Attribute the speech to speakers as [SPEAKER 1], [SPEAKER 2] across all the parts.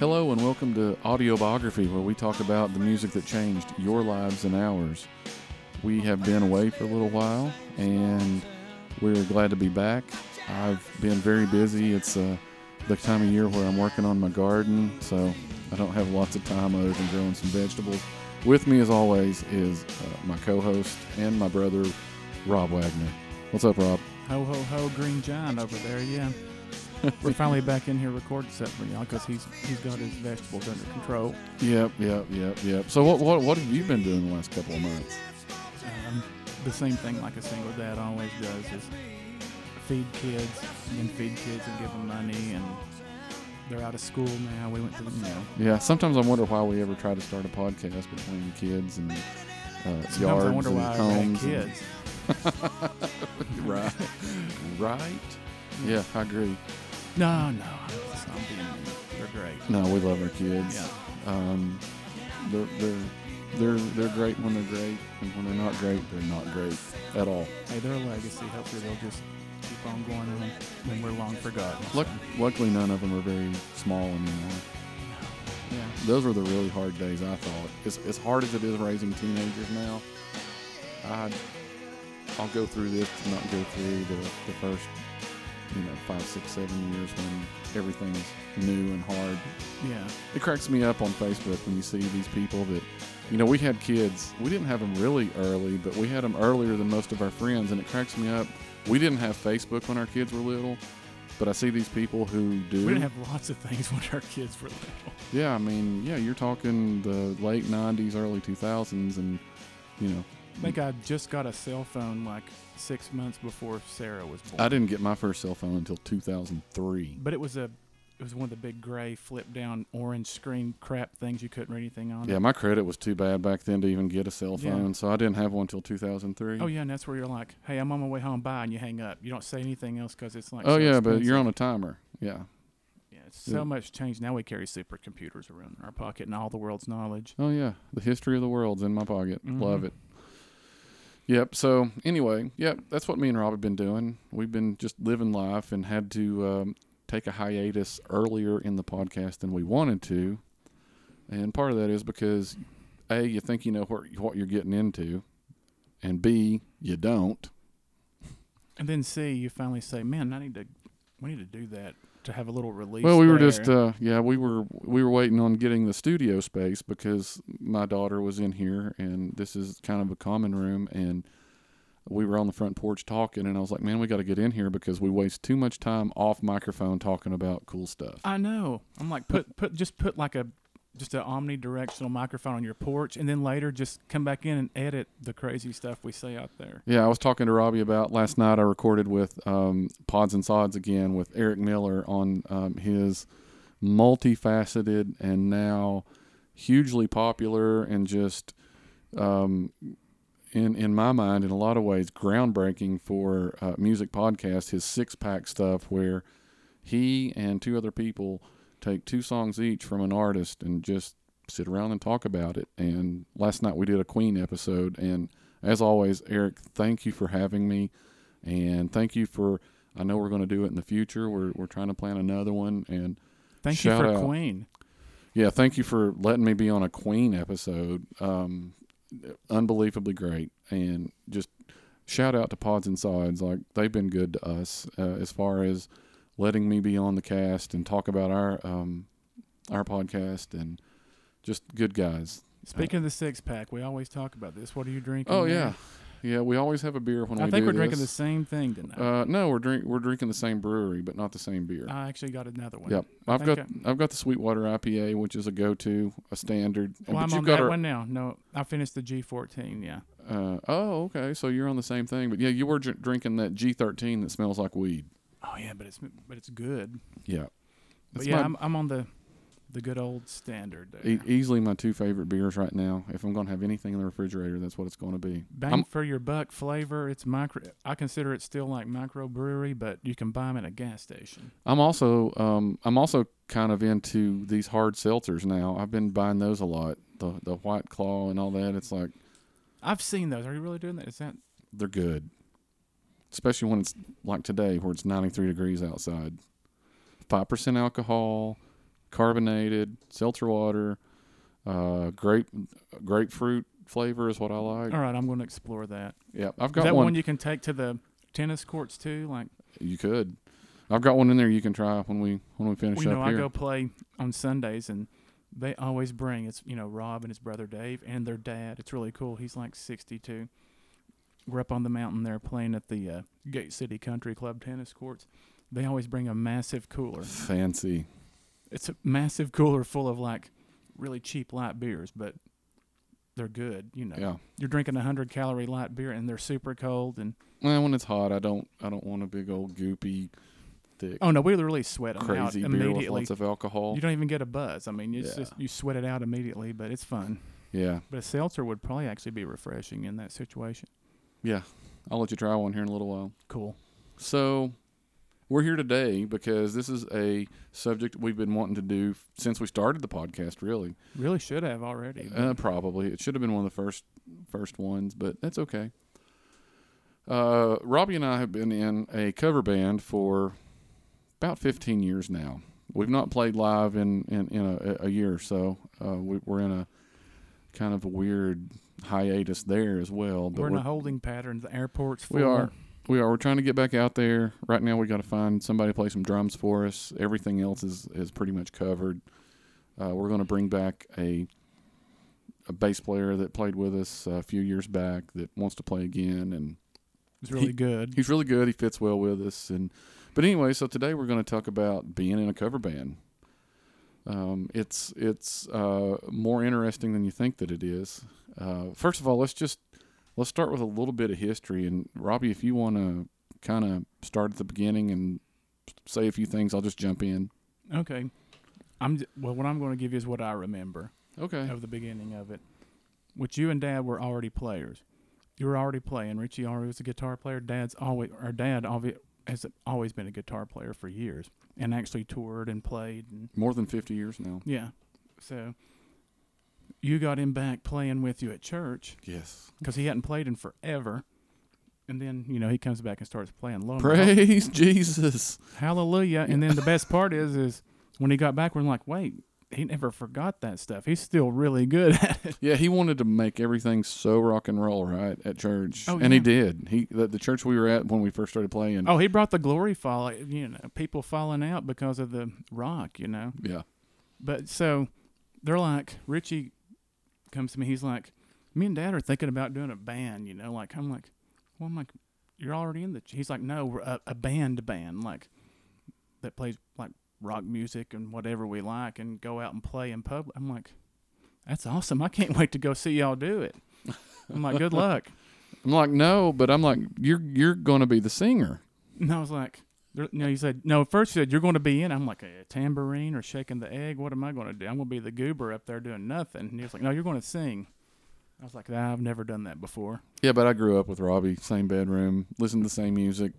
[SPEAKER 1] welcome to Audiobiography, where we talk about the music that changed your lives and ours. We have been away for a little while, and we're glad to be back. I've been very busy. It's uh, the time of year where I'm working on my garden, so I don't have lots of time other than growing some vegetables. With me, as always, is uh, my co host and my brother, Rob Wagner. What's up, Rob?
[SPEAKER 2] Ho ho ho, Green Giant over there, yeah. We're finally back in here recording something for y'all because he's he's got his vegetables under control.
[SPEAKER 1] Yep, yep, yep, yep. So, what, what, what have you been doing the last couple of months?
[SPEAKER 2] Um, the same thing like a single dad always does is feed kids and then feed kids and give them money and they're out of school now. We went to you know
[SPEAKER 1] Yeah, sometimes I wonder why we ever try to start a podcast between kids and uh, yards
[SPEAKER 2] sometimes I wonder
[SPEAKER 1] and
[SPEAKER 2] why I had
[SPEAKER 1] homes. and-
[SPEAKER 2] kids.
[SPEAKER 1] right, right. Yeah, I agree.
[SPEAKER 2] No, no, I'm I'm being mean. They're great.
[SPEAKER 1] No, we love our kids.
[SPEAKER 2] Yeah.
[SPEAKER 1] Um, they're they're they're they're great when they're great, and when they're not great, they're not great at all.
[SPEAKER 2] Hey, they're a legacy. Hopefully they'll just keep on going and when we're long forgotten.
[SPEAKER 1] Luck,
[SPEAKER 2] so,
[SPEAKER 1] luckily, none of them are very small anymore.
[SPEAKER 2] yeah.
[SPEAKER 1] Those were the really hard days. I thought as as hard as it is raising teenagers now, I I'll go through this to not go through the the first you know five six seven years when everything's new and hard.
[SPEAKER 2] Yeah.
[SPEAKER 1] It cracks me up on Facebook when you see these people that you know we had kids. We didn't have them really early, but we had them earlier than most of our friends, and it cracks me up. We didn't have Facebook when our kids were little, but I see these people who do.
[SPEAKER 2] We didn't have lots of things when our kids were little.
[SPEAKER 1] Yeah, I mean, yeah, you're talking the late '90s, early 2000s, and you know,
[SPEAKER 2] I think I just got a cell phone like six months before Sarah was born.
[SPEAKER 1] I didn't get my first cell phone until 2003.
[SPEAKER 2] But it was a, it was one of the big gray flip down orange screen crap things you couldn't read anything on.
[SPEAKER 1] Yeah, my credit was too bad back then to even get a cell
[SPEAKER 2] Yeah.
[SPEAKER 1] phone, so I didn't have one till 2003.
[SPEAKER 2] Oh yeah, and that's where you're like, hey, I'm on my way home. Bye, and you hang up. You don't say anything else because it's like.
[SPEAKER 1] Oh
[SPEAKER 2] so
[SPEAKER 1] yeah, but
[SPEAKER 2] expensive.
[SPEAKER 1] you're on a timer. Yeah.
[SPEAKER 2] Yeah, it's so much change now. We carry supercomputers around in our pocket and all the world's knowledge.
[SPEAKER 1] Oh yeah, the history of the world's in my pocket. Love
[SPEAKER 2] Mhm.
[SPEAKER 1] it. Yep. So anyway, yep, that's what me and Rob have been doing. We've been just living life and had to um, take a hiatus earlier in the podcast than we wanted to, and part of that is because a you think you know what what you're getting into, and b you don't.
[SPEAKER 2] And then C, you finally say, man, I need to, we need to do that to have a little release.
[SPEAKER 1] Well, we were
[SPEAKER 2] there.
[SPEAKER 1] just uh, yeah, we were we were waiting on getting the studio space because my daughter was in here, and this is kind of a common room, and we were on the front porch talking, and I was like, man, we got to get in here because we waste too much time off microphone talking about cool stuff.
[SPEAKER 2] I know. I'm like put put just put like a just an omnidirectional microphone on your porch, and then later just come back in and edit the crazy stuff we say out there.
[SPEAKER 1] Yeah, I was talking to Robbie about last night. I recorded with um, Pods and Sods again with Eric Miller on um, his multifaceted and now hugely popular and just um, in in my mind, in a lot of ways, groundbreaking for uh, music podcast. His six pack stuff, where he and two other people take two songs each from an artist and just sit around and talk about it. And last night we did a Queen episode. And as always, Eric, thank you for having me. And thank you for, I know we're going to do it in the future. We're, we're trying to plan another one. And
[SPEAKER 2] Thank
[SPEAKER 1] Shout
[SPEAKER 2] you for
[SPEAKER 1] out.
[SPEAKER 2] Queen.
[SPEAKER 1] yeah, thank you for letting me be on a Queen episode. Um, unbelievably great. And just shout out to Pods and Sides. Like, they've been good to us uh, as far as letting me be on the cast and talk about our, um, our podcast and just good guys.
[SPEAKER 2] Speaking of the six pack, we always talk about this. What are you drinking?
[SPEAKER 1] Oh
[SPEAKER 2] there?
[SPEAKER 1] yeah, yeah. We always have a beer when
[SPEAKER 2] I
[SPEAKER 1] we
[SPEAKER 2] think
[SPEAKER 1] do
[SPEAKER 2] we're drinking the
[SPEAKER 1] this.
[SPEAKER 2] same thing tonight.
[SPEAKER 1] Uh, no, we're drink we're drinking the same brewery, but not the same beer.
[SPEAKER 2] I actually got another one.
[SPEAKER 1] Yep, I've
[SPEAKER 2] Oh, think
[SPEAKER 1] got I've got the Sweetwater IPA, which is a go-to, a standard.
[SPEAKER 2] Well, I'm
[SPEAKER 1] but you've
[SPEAKER 2] on
[SPEAKER 1] got
[SPEAKER 2] that
[SPEAKER 1] our-
[SPEAKER 2] one now. No, I finished the G14. Yeah,
[SPEAKER 1] Uh, oh, okay. So you're on the same thing, but yeah, you were dr- drinking that G13 that smells like weed.
[SPEAKER 2] oh yeah, but it's but it's good.
[SPEAKER 1] Yeah,
[SPEAKER 2] But
[SPEAKER 1] It's
[SPEAKER 2] yeah,
[SPEAKER 1] my-
[SPEAKER 2] I'm, I'm on the the good old standard. There.
[SPEAKER 1] e- easily my two favorite beers right now. If I'm gonna have anything in the refrigerator, that's what it's gonna be.
[SPEAKER 2] Bang
[SPEAKER 1] I'm-
[SPEAKER 2] for your buck flavor. It's micro. I consider it still like microbrewery, but you can buy them at a gas station.
[SPEAKER 1] I'm also um, I'm also kind of into these hard seltzers now. I've been buying those a lot. The the White Claw and all that. It's like
[SPEAKER 2] I've seen those. Are you really doing that? Is that
[SPEAKER 1] they're good, especially when it's like today where it's 93 degrees outside. Five percent alcohol, carbonated seltzer water, uh, grape grapefruit flavor is what I like.
[SPEAKER 2] All right, I'm going to explore that.
[SPEAKER 1] Yeah, I've
[SPEAKER 2] Is
[SPEAKER 1] got
[SPEAKER 2] that
[SPEAKER 1] one.
[SPEAKER 2] one. you can take to the tennis courts too? Like
[SPEAKER 1] you-, could. I've got one in there you can try when we when we finish
[SPEAKER 2] we know
[SPEAKER 1] up
[SPEAKER 2] I
[SPEAKER 1] here.
[SPEAKER 2] go play on Sundays and they always bring it's you know Rob and his brother Dave and their dad. It's really cool. He's like 62. We're up on the mountain there playing at the uh, Gate City Country Club tennis courts. They always bring a massive cooler.
[SPEAKER 1] Fancy.
[SPEAKER 2] It's a massive cooler full of like really cheap light beers, but they're good. You know,
[SPEAKER 1] Yeah.
[SPEAKER 2] you're drinking a hundred calorie light beer and they're super cold. And
[SPEAKER 1] Well, when it's hot, I don't I don't want a big old goopy, thick,
[SPEAKER 2] oh no, we really sweat 'em out
[SPEAKER 1] crazy beer with
[SPEAKER 2] immediately.
[SPEAKER 1] lots of alcohol.
[SPEAKER 2] You don't even get a buzz. I mean, it's
[SPEAKER 1] Yeah.
[SPEAKER 2] just you sweat it out immediately, but it's fun.
[SPEAKER 1] Yeah,
[SPEAKER 2] But a seltzer would probably actually be refreshing in that situation.
[SPEAKER 1] yeah. I'll let you try one here in a little while.
[SPEAKER 2] Cool.
[SPEAKER 1] So, we're here today because this is a subject we've been wanting to do f- since we started the podcast. Really,
[SPEAKER 2] Really should have already.
[SPEAKER 1] Uh, probably it should have been one of the first first ones, but that's okay. Uh, Robbie and I have been in a cover band for about 15 years now. We've not played live in in, in a, a year or so. Uh, we, we're in a kind of a weird hiatus there as well. But
[SPEAKER 2] we're, in a holding pattern. The airport's full.
[SPEAKER 1] we are. We are. We're trying to get back out there. Right now, we got to find somebody to play some drums for us. Everything else is is pretty much covered. Uh, we're going to bring back a a bass player that played with us a few years back that wants to play again, and
[SPEAKER 2] It's really
[SPEAKER 1] He-
[SPEAKER 2] good.
[SPEAKER 1] he's really good. He fits well with us. And but anyway, so today we're going to talk about being in a cover band. Um, it's it's uh, more interesting than you think that it is. Uh, first of all, let's just let's start with a little bit of history. And Robbie, if you want to kind of start at the beginning and say a few things, I'll just jump in.
[SPEAKER 2] Okay. I'm j- well. What I'm going to give you is what I remember
[SPEAKER 1] Okay.
[SPEAKER 2] of the beginning of it. Which you and Dad were already players. You were already playing. Richie already was a guitar player. Dad's always our dad always, has always been a guitar player for years, and actually toured and played and
[SPEAKER 1] More than fifty years now.
[SPEAKER 2] Yeah. So you got him back playing with you at church
[SPEAKER 1] Yes.
[SPEAKER 2] because he hadn't played in forever. And then, you know, he comes back and starts playing low.
[SPEAKER 1] Praise Jesus.
[SPEAKER 2] Hallelujah. And then the best part is, is when he got back, we're like, wait, he never forgot that stuff. He's still really good at it.
[SPEAKER 1] Yeah, he wanted to make everything so rock and roll, right, at church,
[SPEAKER 2] Oh,
[SPEAKER 1] and he
[SPEAKER 2] yeah.
[SPEAKER 1] did. He the, the church we were at when we first started playing.
[SPEAKER 2] Oh, he brought the glory fall, you know, people falling out because of the rock, you know.
[SPEAKER 1] yeah,
[SPEAKER 2] But so they're like, Richie comes to me. He's like, me and dad are thinking about doing a band, you know? Like, I'm like, well, I'm like, you're already in the. ch-" He's like, no, we're a, a band band, like, that plays like rock music and whatever we like and go out and play in public. I'm like, that's awesome. I can't wait to go see y'all do it. I'm like, good luck.
[SPEAKER 1] I'm like no, but I'm like you're you're going to be the singer.
[SPEAKER 2] And I was like, there- no, he said, no, first he said, you're going to be in. I'm like, a tambourine or shaking the egg? What am I going to do? I'm going to be the goober up there doing nothing. And he was like, no, you're going to sing. I was like, nah, I've never done that before.
[SPEAKER 1] Yeah, but I grew up with Robbie, same bedroom, listened to the same music,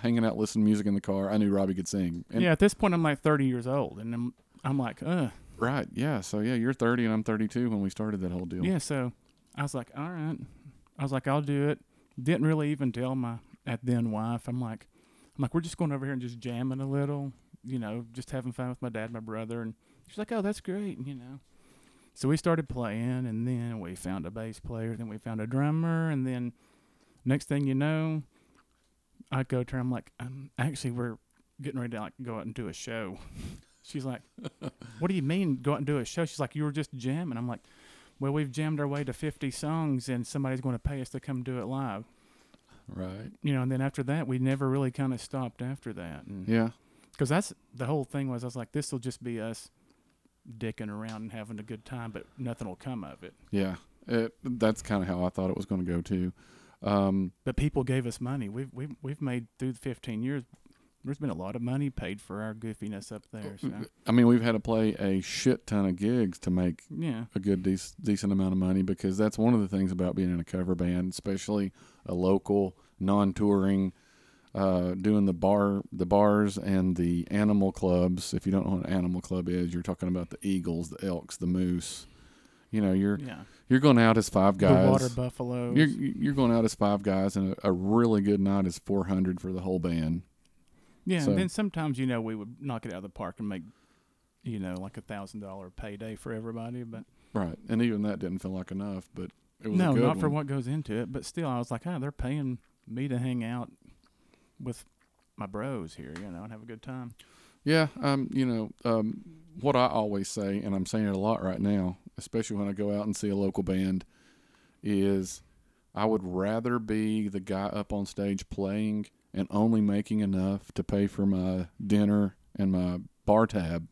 [SPEAKER 1] hanging out, listening to music in the car. I knew Robbie could sing. And-
[SPEAKER 2] yeah, at this point, I'm like 30 years old. And I'm, I'm like, uh,
[SPEAKER 1] right. Yeah. So yeah, you're 30 and I'm 32 when we started that whole deal.
[SPEAKER 2] yeah. So I was like, all right. I was like, I'll do it. Didn't really even tell my at then wife. I'm like, I'm like, we're just going over here and just jamming a little, you know, just having fun with my dad, and my brother, and she's like, oh, that's great, you know. So we started playing, and then we found a bass player, then we found a drummer, and then next thing you know, I go to her. I'm like, um, actually, we're getting ready to like go out and do a show. She's like, what do you mean go out and do a show? She's like, you were just jamming. I'm like, well, we've jammed our way to 50 songs, and somebody's going to pay us to come do it live
[SPEAKER 1] Right.
[SPEAKER 2] you know, and then after that, we never really kind of stopped after that.
[SPEAKER 1] Yeah.
[SPEAKER 2] Because that's the whole thing was I was like, this will just be us dicking around and having a good time, but nothing will come of it.
[SPEAKER 1] Yeah. It, that's kind of how I thought it was going to go too. Um,
[SPEAKER 2] But people gave us money. We've we've we've made through the 15 years. There's been a lot of money paid for our goofiness up there. So
[SPEAKER 1] I mean, we've had to play a shit ton of gigs to make
[SPEAKER 2] yeah,
[SPEAKER 1] a good dec- decent amount of money because that's one of the things about being in a cover band, especially a local non-touring, uh, doing the bar, the bars and the animal clubs. If you don't know what an animal club is, you're talking about the eagles, the elks, the moose. You know, you're
[SPEAKER 2] yeah.
[SPEAKER 1] you're going out as five
[SPEAKER 2] The water
[SPEAKER 1] guys.
[SPEAKER 2] buffaloes.
[SPEAKER 1] You're you're going out as five guys, and a, a really good night is 400 for the whole band.
[SPEAKER 2] yeah,
[SPEAKER 1] so-
[SPEAKER 2] and then sometimes you know we would knock it out of the park and make you know, like a thousand dollar payday for everybody, but
[SPEAKER 1] Right. And even that didn't feel like enough, but it was
[SPEAKER 2] no,
[SPEAKER 1] a good
[SPEAKER 2] not
[SPEAKER 1] one.
[SPEAKER 2] for what goes into it. But still, I was like, oh, they're paying me to hang out with my bros here, you know, and have a good time.
[SPEAKER 1] Yeah, um, you know, um, what I always say, and I'm saying it a lot right now, especially when I go out and see a local band, is I would rather be the guy up on stage playing and only making enough to pay for my dinner and my bar tab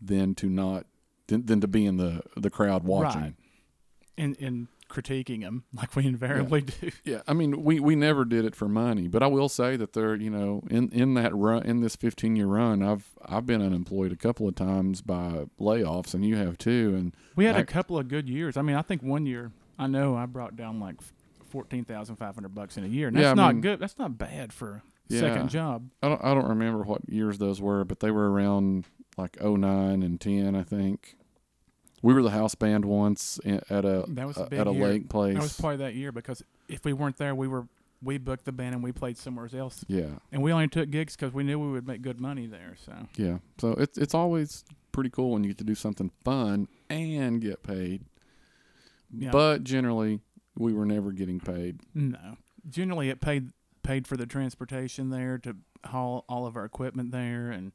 [SPEAKER 1] than to not than, than to be in the the crowd watching.
[SPEAKER 2] Right. And and critiquing them like we invariably do.
[SPEAKER 1] Yeah, I mean, we, we never did it for money, but I will say that there, you know, in, in that run, in this fifteen year run, I've I've been unemployed a couple of times by layoffs, and you have too, and
[SPEAKER 2] We had a
[SPEAKER 1] Like-
[SPEAKER 2] couple of good years. I mean, I think one year I know I brought down like fourteen thousand five hundred bucks in a year, and
[SPEAKER 1] Yeah,
[SPEAKER 2] that's
[SPEAKER 1] I
[SPEAKER 2] not
[SPEAKER 1] mean-
[SPEAKER 2] good. That's not bad for a
[SPEAKER 1] Yeah.
[SPEAKER 2] second job.
[SPEAKER 1] I don't I don't remember what years those were, but they were around like 09 and ten, I think. We were the house band once i- at a
[SPEAKER 2] That was a big
[SPEAKER 1] Uh, at a
[SPEAKER 2] year.
[SPEAKER 1] lake place.
[SPEAKER 2] That was probably that year because if we weren't there, we were we booked the band and we played somewhere else,
[SPEAKER 1] yeah,
[SPEAKER 2] and we only took gigs because we knew we would make good money there. So
[SPEAKER 1] yeah. So it's it's always pretty cool when you get to do something fun and get paid,
[SPEAKER 2] Yeah.
[SPEAKER 1] but generally we were never getting paid.
[SPEAKER 2] no, generally it paid paid for the transportation there to haul all of our equipment there, and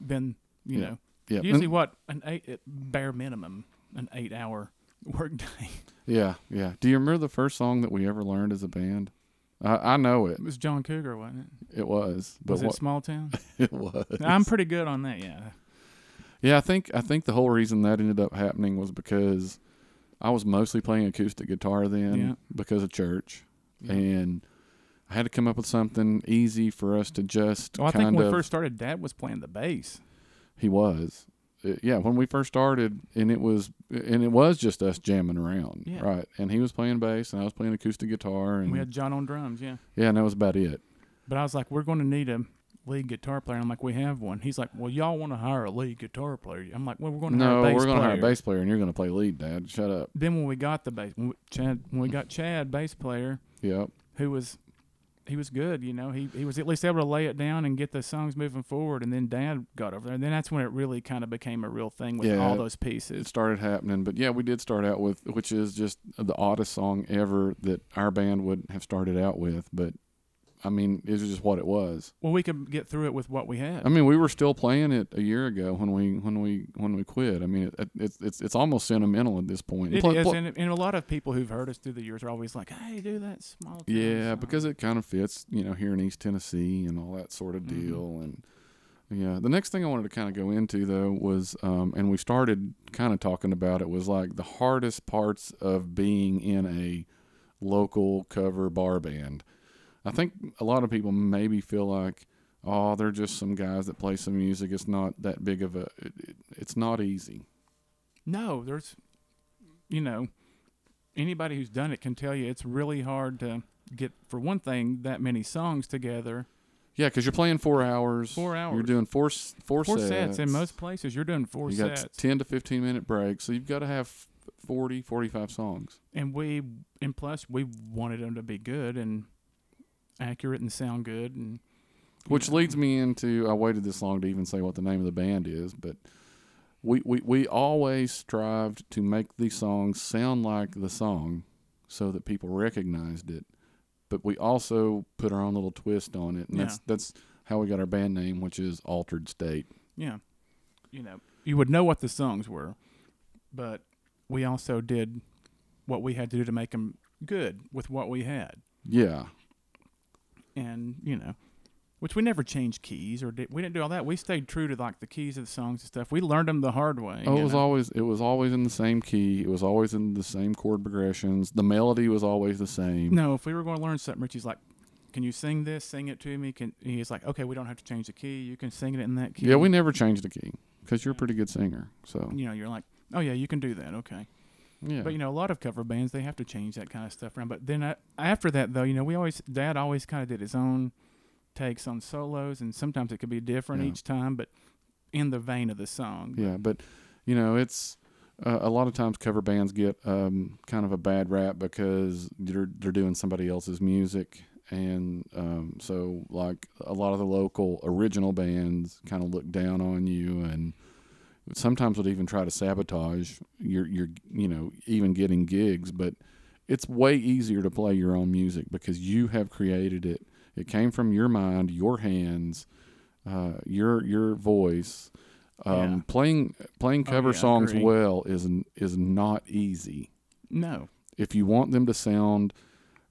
[SPEAKER 2] then you
[SPEAKER 1] Yeah.
[SPEAKER 2] know
[SPEAKER 1] Yeah, and-
[SPEAKER 2] usually what an eight at bare minimum an eight hour work day.
[SPEAKER 1] Yeah, yeah. Do you remember the first song that we ever learned as a band? I, I know it.
[SPEAKER 2] It was John Cougar, wasn't it?
[SPEAKER 1] It was, but
[SPEAKER 2] Was it
[SPEAKER 1] what
[SPEAKER 2] Small Town?
[SPEAKER 1] it was.
[SPEAKER 2] I'm pretty good on that, yeah.
[SPEAKER 1] Yeah, I think I think the whole reason that ended up happening was because I was mostly playing acoustic guitar then
[SPEAKER 2] Yeah.
[SPEAKER 1] because of church,
[SPEAKER 2] Yeah.
[SPEAKER 1] and I had to come up with something easy for us to just
[SPEAKER 2] Well, I
[SPEAKER 1] kind
[SPEAKER 2] think when
[SPEAKER 1] of.
[SPEAKER 2] we first started, Dad was playing the bass.
[SPEAKER 1] he was. Uh, yeah, when we first started, and it was and it was just us jamming around,
[SPEAKER 2] Yeah.
[SPEAKER 1] right? And he was playing bass, and I was playing acoustic guitar, and
[SPEAKER 2] And we had John on drums, yeah.
[SPEAKER 1] yeah, and that was about it.
[SPEAKER 2] But I was like, we're going to need a lead guitar player. I'm like, we have one. He's like, well, y'all want to hire a lead guitar player? I'm like, well, we're going to hire
[SPEAKER 1] No,
[SPEAKER 2] a bass
[SPEAKER 1] we're gonna
[SPEAKER 2] player.
[SPEAKER 1] hire a bass player, and you're gonna play lead, Dad. Shut up.
[SPEAKER 2] Then when we got the bass, when we, Chad, when we got Chad, bass player,
[SPEAKER 1] Yep.
[SPEAKER 2] who was, he was good, you know. He he was at least able to lay it down and get the songs moving forward. And then Dad got over there. And then that's when it really kind of became a real thing with
[SPEAKER 1] Yeah.
[SPEAKER 2] all those
[SPEAKER 1] It
[SPEAKER 2] pieces.
[SPEAKER 1] started happening, but yeah, we did start out with which is just the oddest song ever that our band would have started out with, but I mean, it was just what it was.
[SPEAKER 2] Well, we could get through it with what we had.
[SPEAKER 1] I mean, we were still playing it a year ago when we when we when we quit. I mean, it, it's it's it's almost sentimental at this point.
[SPEAKER 2] It is,
[SPEAKER 1] Pl- pl-
[SPEAKER 2] and, and a lot of people who've heard us through the years are always like, "Hey, do that small." town
[SPEAKER 1] yeah,
[SPEAKER 2] song."
[SPEAKER 1] because it kind of fits, you know, here in East Tennessee and all that sort of
[SPEAKER 2] Mhm.
[SPEAKER 1] deal. And yeah, the next thing I wanted to kind of go into though was, um, and we started kind of talking about it was like the hardest parts of being in a local cover bar band. I think a lot of people maybe feel like, oh, they're just some guys that play some music. It's not that big of a. It, it, it's not easy.
[SPEAKER 2] no, there's, you know, anybody who's done it can tell you it's really hard to get, for one thing, that many songs together.
[SPEAKER 1] Yeah, because you're playing four hours.
[SPEAKER 2] Four
[SPEAKER 1] You're
[SPEAKER 2] hours.
[SPEAKER 1] doing four s- four
[SPEAKER 2] Four
[SPEAKER 1] sets.
[SPEAKER 2] sets, in most places. You're doing four
[SPEAKER 1] you got
[SPEAKER 2] sets,
[SPEAKER 1] 10 to 15 minute breaks so you've got to have 40 45 songs
[SPEAKER 2] and we, and plus, we wanted them to be good and accurate and sound good, and you
[SPEAKER 1] which
[SPEAKER 2] know.
[SPEAKER 1] leads me into i waited this long to even say what the name of the band is but we, we, we always strived to make the songs sound like the song so that people recognized it but we also put our own little twist on it and that's that's how we got our band name which is altered state
[SPEAKER 2] Yeah. You know, you would know what the songs were, but we also did what we had to do to make them good with what we had.
[SPEAKER 1] yeah
[SPEAKER 2] And, you know, which we never changed keys or did, we didn't do all that. We stayed true to like the keys of the songs and stuff. We learned them the hard way.
[SPEAKER 1] Oh,
[SPEAKER 2] you
[SPEAKER 1] it was
[SPEAKER 2] know?
[SPEAKER 1] always it was always in the same key. It was always in the same chord progressions. The melody was always the same.
[SPEAKER 2] No, if we were going to learn something, Richie's like, can you sing this? Sing it to me. Can he's like, okay, we don't have to change the key. You can sing it in that key.
[SPEAKER 1] Yeah, we never changed a key because you're a pretty good singer. So
[SPEAKER 2] You know, you're like, oh yeah, you can do that. Okay.
[SPEAKER 1] yeah,
[SPEAKER 2] But you know, a lot of cover bands they have to change that kind of stuff around. But then uh, after that, though, you know, we always Dad always kind of did his own takes on solos, and sometimes it could be different
[SPEAKER 1] Yeah.
[SPEAKER 2] each time, but in the vein of the song.
[SPEAKER 1] yeah, but you know it's uh, a lot of times cover bands get um, kind of a bad rap because they're they're doing somebody else's music, and um, so like a lot of the local original bands kind of look down on you and sometimes would even try to sabotage your your you know even getting gigs but it's way easier to play your own music because you have created it it came from your mind your hands uh, your your voice um,
[SPEAKER 2] Yeah.
[SPEAKER 1] playing playing
[SPEAKER 2] Oh,
[SPEAKER 1] cover
[SPEAKER 2] yeah, I
[SPEAKER 1] songs
[SPEAKER 2] agree.
[SPEAKER 1] well is n- is not easy
[SPEAKER 2] No.
[SPEAKER 1] if you want them to sound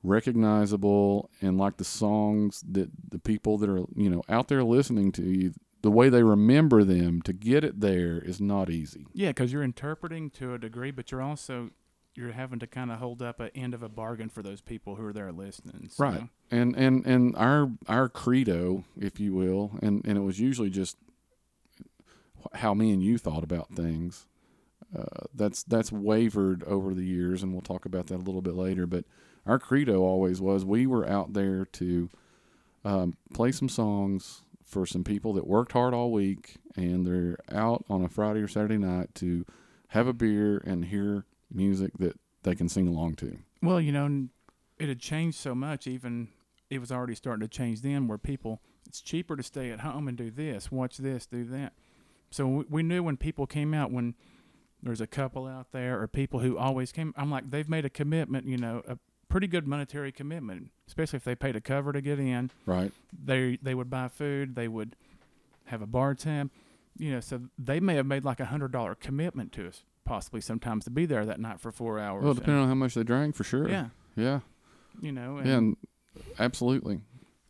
[SPEAKER 1] recognizable and like the songs that the people that are you know out there listening to you the way they remember them to get it there is not easy
[SPEAKER 2] Yeah, because you're interpreting to a degree, but you're also you're having to kind of hold up an end of a bargain for those people who are there listening. so-
[SPEAKER 1] Right. and and and our our credo if you will and and it was usually just how me and you thought about things uh, that's that's wavered over the years and we'll talk about that a little bit later but our credo always was we were out there to um, play some songs for some people that worked hard all week and they're out on a friday or saturday night to have a beer and hear music that they can sing along to
[SPEAKER 2] Well, you know, n- it had changed so much. Even it was already starting to change then, where people it's cheaper to stay at home and do this, watch this, do that. So we, we knew when people came out when there's a couple out there or people who always came. I'm like they've made a commitment, you know, a pretty good monetary commitment, especially if they paid a cover to get in.
[SPEAKER 1] right
[SPEAKER 2] they they would buy food, they would have a bar tab, you know. So they may have made like a hundred dollar commitment to us, possibly sometimes to be there that night for four hours.
[SPEAKER 1] well
[SPEAKER 2] and-
[SPEAKER 1] depending on how much they drank for sure
[SPEAKER 2] yeah,
[SPEAKER 1] yeah
[SPEAKER 2] you know, and,
[SPEAKER 1] Yeah, and absolutely.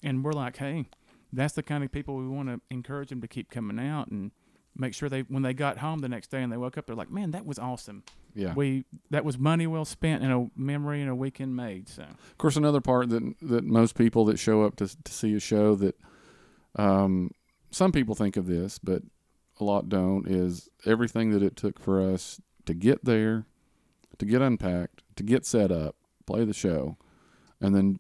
[SPEAKER 2] and we're like, hey, that's the kind of people we want to encourage them to keep coming out and make sure they when they got home the next day and they woke up, they're like, man, that was awesome.
[SPEAKER 1] Yeah.
[SPEAKER 2] We that was money well spent and a memory and a weekend made. So
[SPEAKER 1] of course, another part that that most people that show up to to see a show that um, some people think of this, but a lot don't is everything that it took for us to get there, to get unpacked, to get set up, play the show, and then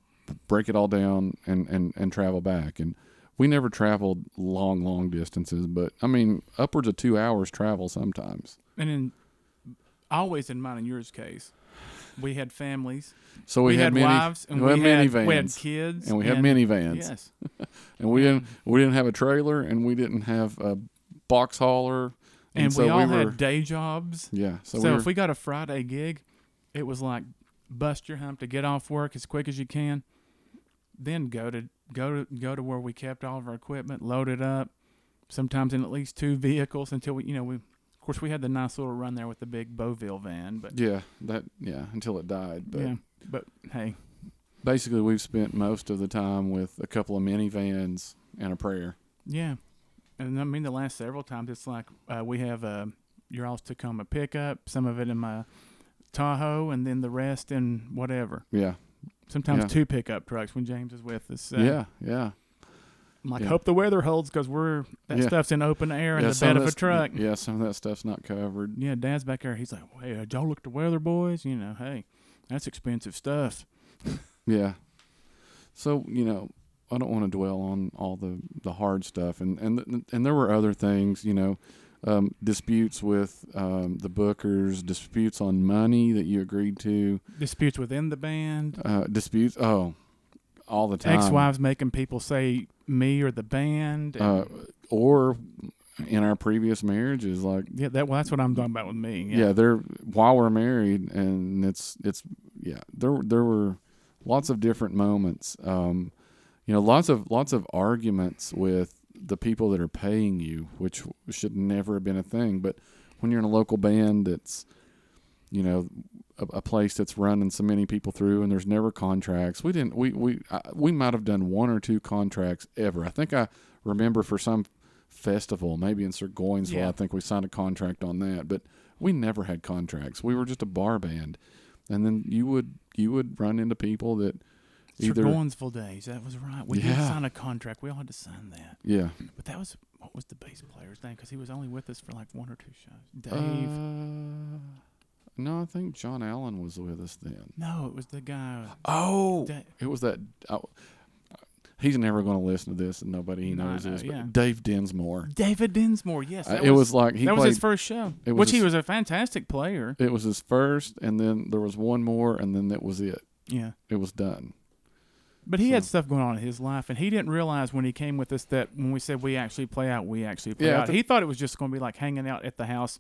[SPEAKER 1] break it all down and and and travel back and. We never traveled long, long distances, but I mean, upwards of two hours travel sometimes.
[SPEAKER 2] and in always in mine and yours case, we had families.
[SPEAKER 1] So we, had, many,
[SPEAKER 2] wives and
[SPEAKER 1] we
[SPEAKER 2] we,
[SPEAKER 1] had
[SPEAKER 2] had,
[SPEAKER 1] minivans.
[SPEAKER 2] we had kids
[SPEAKER 1] and we had minivans.
[SPEAKER 2] Yes,
[SPEAKER 1] and we didn't we didn't have a trailer and we didn't have a box hauler
[SPEAKER 2] and, we all had day jobs.
[SPEAKER 1] yeah so,
[SPEAKER 2] So,
[SPEAKER 1] we were,
[SPEAKER 2] if we got a Friday gig, it was like bust your hump to get off work as quick as you can, then go to go to go to where we kept all of our equipment, load it up, sometimes in at least two vehicles until we you know we of course we had the nice little run there with the big Beauville van, but,
[SPEAKER 1] yeah that yeah until it died but
[SPEAKER 2] yeah, but hey,
[SPEAKER 1] basically we've spent most of the time with a couple of minivans and a prayer
[SPEAKER 2] Yeah, and I mean the last several times it's like uh, we have uh, your all's Tacoma pickup, some of it in my Tahoe, and then the rest in whatever.
[SPEAKER 1] yeah
[SPEAKER 2] Sometimes
[SPEAKER 1] Yeah.
[SPEAKER 2] two pickup trucks when James is with us. So
[SPEAKER 1] yeah yeah
[SPEAKER 2] I'm like
[SPEAKER 1] Yeah.
[SPEAKER 2] hope the weather holds because we're that
[SPEAKER 1] Yeah.
[SPEAKER 2] stuff's in open air in
[SPEAKER 1] yeah,
[SPEAKER 2] the
[SPEAKER 1] some
[SPEAKER 2] bed
[SPEAKER 1] of
[SPEAKER 2] of a
[SPEAKER 1] that-
[SPEAKER 2] truck. Yeah.
[SPEAKER 1] yeah some of that stuff's not covered
[SPEAKER 2] Dad's back there. He's like, "Hey, uh, y'all look at the weather, boys. You know, hey, that's expensive stuff."
[SPEAKER 1] yeah so you know I don't want to dwell on all the, the hard stuff and and and there were other things you know um, disputes with um, the bookers disputes on money that you agreed to
[SPEAKER 2] Disputes within the band.
[SPEAKER 1] uh, disputes. Oh, all the time.
[SPEAKER 2] Ex-wives making people say me or the band. and-
[SPEAKER 1] Uh, or in our previous marriages, like
[SPEAKER 2] yeah, that well, that's what I'm talking about with me.
[SPEAKER 1] yeah. they're while we're married, and it's it's yeah. There there were lots of different moments. Um, you know, lots of lots of arguments with the people that are paying you, which should never have been a thing. But when you're in a local band, that's you know a, a place that's running so many people through, and there's never contracts. We didn't we we I, we might have done one or two contracts ever. I think I remember for some festival, maybe in Burgoynesville,
[SPEAKER 2] Yeah.
[SPEAKER 1] I think we signed a contract on that. But we never had contracts. We were just a bar band, and then you would you would run into people that
[SPEAKER 2] Either.
[SPEAKER 1] either
[SPEAKER 2] Goinsville days. That was right. We did
[SPEAKER 1] Yeah.
[SPEAKER 2] sign a contract. We all had to sign that.
[SPEAKER 1] yeah
[SPEAKER 2] But that was what was the bass player's name? Because he was only with us for like one or two shows. Dave.
[SPEAKER 1] Uh, no, I think John Allen was with us then.
[SPEAKER 2] no, it was the guy.
[SPEAKER 1] Oh,
[SPEAKER 2] Da-
[SPEAKER 1] it was that. oh, he's never going to listen to this, and nobody he
[SPEAKER 2] No, I
[SPEAKER 1] knows
[SPEAKER 2] know,
[SPEAKER 1] this. But
[SPEAKER 2] yeah.
[SPEAKER 1] Dave Dinsmore.
[SPEAKER 2] David Dinsmore. Yes,
[SPEAKER 1] Uh,
[SPEAKER 2] that
[SPEAKER 1] it was like he
[SPEAKER 2] that was
[SPEAKER 1] played.
[SPEAKER 2] his first show,
[SPEAKER 1] it was
[SPEAKER 2] which
[SPEAKER 1] his-
[SPEAKER 2] he was a fantastic player.
[SPEAKER 1] it was his first, and then there was one more, and then that was it.
[SPEAKER 2] Yeah,
[SPEAKER 1] It was done.
[SPEAKER 2] But he had
[SPEAKER 1] So-
[SPEAKER 2] stuff going on in his life, and he didn't realize when he came with us that when we said we actually play out, we actually play
[SPEAKER 1] Yeah, at
[SPEAKER 2] out.
[SPEAKER 1] the-
[SPEAKER 2] he thought it was just going to be like hanging out at the house,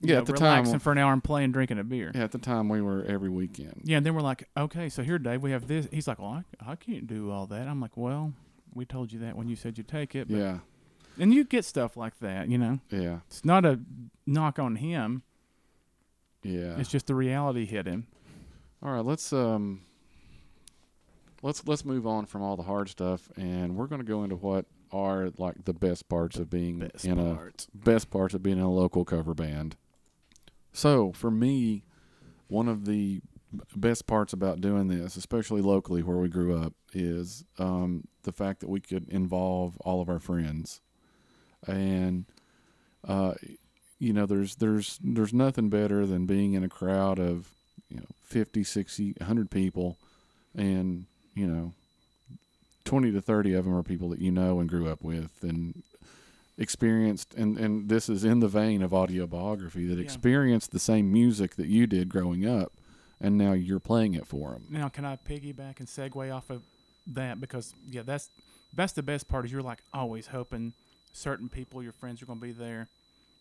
[SPEAKER 2] you
[SPEAKER 1] Yeah,
[SPEAKER 2] know,
[SPEAKER 1] at the time-
[SPEAKER 2] relaxing for an hour and playing, drinking a beer. Yeah.
[SPEAKER 1] Yeah, at the time we were every weekend.
[SPEAKER 2] and then we're like, okay, so here, Dave, we have this. He's like, well, I, I can't do all that. I'm like, well, we told you that when you said you take it. But,
[SPEAKER 1] Yeah,
[SPEAKER 2] And you get stuff like that, you know.
[SPEAKER 1] yeah,
[SPEAKER 2] It's not a knock on him.
[SPEAKER 1] yeah.
[SPEAKER 2] It's just the reality hit him.
[SPEAKER 1] All right, let's um, let's let's move on from all the hard stuff, and we're going to go into what are like the best parts of being in a best parts of being in a local cover band. So for me, one of the b- best parts about doing this, especially locally where we grew up, is um, the fact that we could involve all of our friends, and uh, you know, there's there's there's nothing better than being in a crowd of you know 50, 60, 100 people, and you know. 20 to 30 of them are people that you know and grew up with and experienced and and this is in the vein of autobiography that
[SPEAKER 2] Yeah.
[SPEAKER 1] experienced the same music that you did growing up and now you're playing it for them
[SPEAKER 2] Now, can I piggyback and segue off of that? Because yeah, that's that's the best part is you're like always hoping certain people, your friends, are going to be there.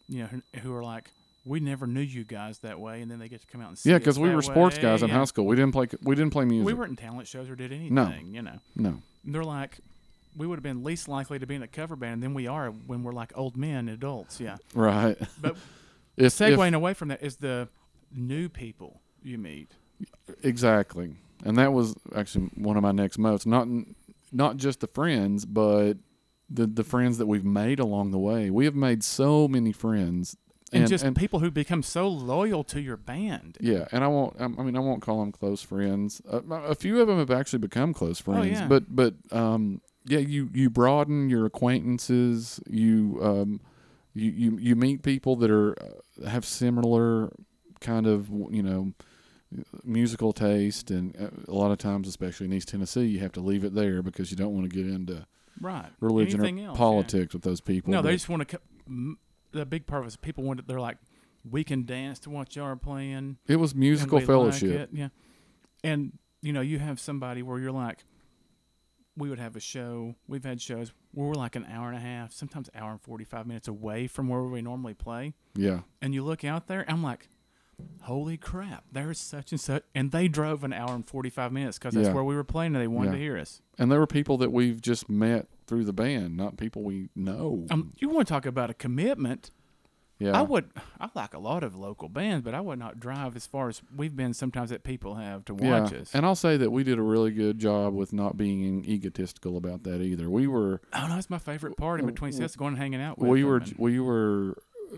[SPEAKER 2] You know, who, who are like, we never knew you guys that way, and then they get to come out and see.
[SPEAKER 1] yeah
[SPEAKER 2] because
[SPEAKER 1] because we were sports guys in high
[SPEAKER 2] house.
[SPEAKER 1] school we didn't play we didn't play music
[SPEAKER 2] We weren't in talent shows or did anything. You know,
[SPEAKER 1] no
[SPEAKER 2] and they're like. We would have been least likely to be in a cover band than we are when we're like old men, adults. Yeah.
[SPEAKER 1] right
[SPEAKER 2] But
[SPEAKER 1] if, if-
[SPEAKER 2] segueing away from that is the new people you meet.
[SPEAKER 1] exactly and that was actually one of my next notes not not just the friends but the the friends that we've made along the way we have made so many friends
[SPEAKER 2] and, just people who become so loyal to your band.
[SPEAKER 1] Yeah, and I won't. I mean, I won't call them close friends. A, a few of them have actually become close friends.
[SPEAKER 2] Oh, yeah.
[SPEAKER 1] But but um, yeah, you you broaden your acquaintances. You um, you you you meet people that are uh, have similar kind of you know musical taste, and uh, a lot of times, especially in East Tennessee, you have to leave it there because you don't want to get into
[SPEAKER 2] Right.
[SPEAKER 1] religion
[SPEAKER 2] Anything
[SPEAKER 1] or
[SPEAKER 2] else, yeah.
[SPEAKER 1] politics with those people.
[SPEAKER 2] No, they
[SPEAKER 1] but-
[SPEAKER 2] just want to. The big part of it is people want. To, they're like, we can dance to what y'all are playing. and
[SPEAKER 1] it was musical
[SPEAKER 2] we like
[SPEAKER 1] fellowship.
[SPEAKER 2] it," yeah. And you know, you have somebody where you're like, we would have a show. We've had shows where we're like an hour and a half, sometimes hour and forty five minutes away from where we normally play.
[SPEAKER 1] Yeah,
[SPEAKER 2] And you look out there, I'm like. Holy crap! There's such and such, and they drove an hour and forty-five minutes because that's
[SPEAKER 1] Yeah.
[SPEAKER 2] where we were playing, and they wanted
[SPEAKER 1] Yeah.
[SPEAKER 2] to hear us.
[SPEAKER 1] and there were people that we've just met through the band, not people we know.
[SPEAKER 2] Um, you want to talk about a commitment?
[SPEAKER 1] Yeah.
[SPEAKER 2] I would. I like a lot of local bands, but I would not drive as far as we've been sometimes that people have to watch us.
[SPEAKER 1] And I'll say that we did a really good job with not being egotistical about that either. We were
[SPEAKER 2] oh, no, that's my favorite part in between sets, going and hanging out. With
[SPEAKER 1] we
[SPEAKER 2] them
[SPEAKER 1] were
[SPEAKER 2] and-
[SPEAKER 1] we were